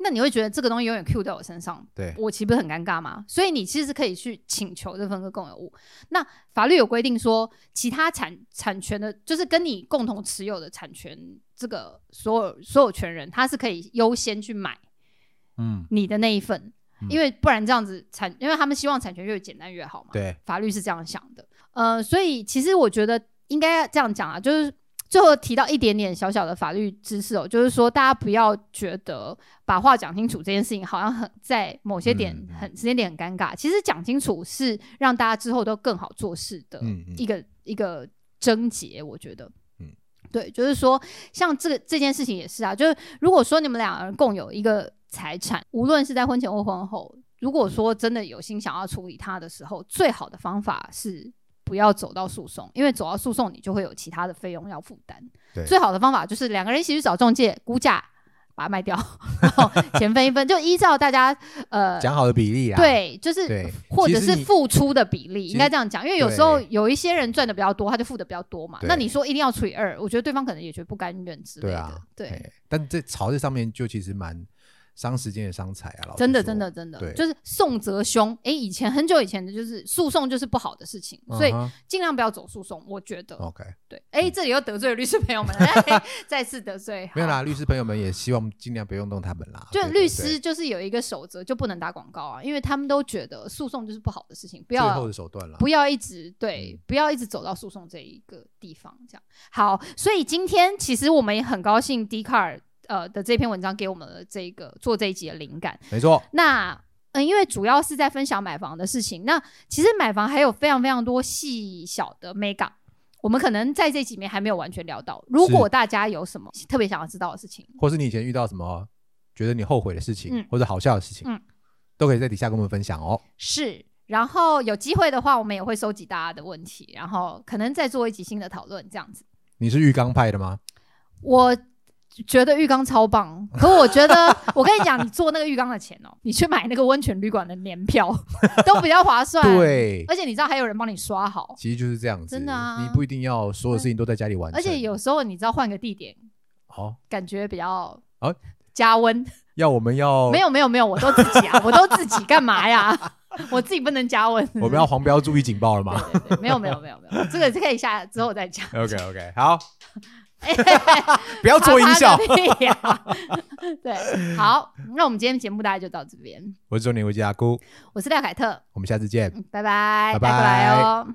那你会觉得这个东西永远 Q 在我身上，
对
我岂不是很尴尬吗？所以你其实可以去请求这分割共有物。那法律有规定说，其他产产权的，就是跟你共同持有的产权，这个所有所有权人，他是可以优先去买
嗯，
你的那一份，
嗯
因为不然这样子产，因为他们希望产权越简单越好嘛。
对，
法律是这样想的。呃，所以其实我觉得应该这样讲啊，就是最后提到一点点小小的法律知识哦，就是说大家不要觉得把话讲清楚这件事情好像很在某些点
嗯嗯
很时间点很尴尬，其实讲清楚是让大家之后都更好做事的
嗯嗯
呃一个、一个症结，我觉得。
嗯
对，就是说，像这个这件事情也是啊，就是如果说你们两个人共有一个财产，无论是在婚前或婚后，如
嗯
果说真的有心想要处理它的时候，最好的方法是不要走到诉讼，因为走到诉讼你就会有其他的费用要负担。
对
最好的方法就是两个人一起去找中介估价，把它卖掉，然后钱分一分，就依照大家呃。
讲好的比例啊，
对，就是
对，
或者
其实
是
你
付出的比例，
其
应该这样讲，因为有
对
时候有一些人赚的比较多，他就付的比较多嘛。
对
那你说一定要除以二，我觉得对方可能也觉得不甘愿之类
对
的
啊。
对，
嘿，但这朝这上面就其实蛮伤时间也伤财啊，老实
真的，
说
真的，，真的，
对
就是讼则凶。诶，以前很久以前的就是诉讼就是不好的事情，所以
嗯哼哦
尽量不要走诉讼。我觉得，
OK，
对，诶，这里又得罪了律师朋 友们，哎再次得罪。
没有
好，
啦，律师朋友们也希望尽量不用动他们啦，
就
对
律。
对
师
对
就是有一个守则，就不能打广告啊，因为他们都觉得诉讼就是不好的事情，不
最后
要
的手段啦，
不要一直对
嗯，
不要一直走到诉讼这一个地方。这样好，所以今天其实我们也很高兴 d 卡尔呃的这篇文章给我们的这个做这一集的灵感。
没错，
那嗯，因为主要是在分享买房的事情。那其实买房还有非常非常多细小的 mega，我们可能在这几面还没有完全聊到。如果大家有什么特别想要知道的事情，
或是你以前遇到什么觉得你后悔的事情，
嗯
或者好笑的事情，
嗯
都可以在底下跟我们分享哦。
是。然后有机会的话，我们也会收集大家的问题，然后可能再做一集新的讨论，这样子。
你是浴缸派的吗？
我觉得浴缸超棒，可我觉得 我跟你讲，你做那个浴缸的钱哦，你去买那个温泉旅馆的年票 都比较划算。，
对，
而且你知道还有人帮你刷好，
其实就是这样子，
真的啊
你不一定要所有事情都在家里完成，
而且有时候你知道换个地点，
好、
感觉比较
哦
加温。
要我们要
没有没有没有，我都自己 啊，我都自己干嘛呀？我自己不能加温。
我们要黄标注意警报了吗
对对对没有没有没有没有，这个是可以下之后再讲。
？OK OK，好，
哎嘿嘿
不要做音效
啪。啪个屁呀对，好，那我们今天节目大概就到这边。
我是周年维基阿姑，
我是廖凯特，
我们下次见。
嗯拜
拜
拜，
拜
带过来哦。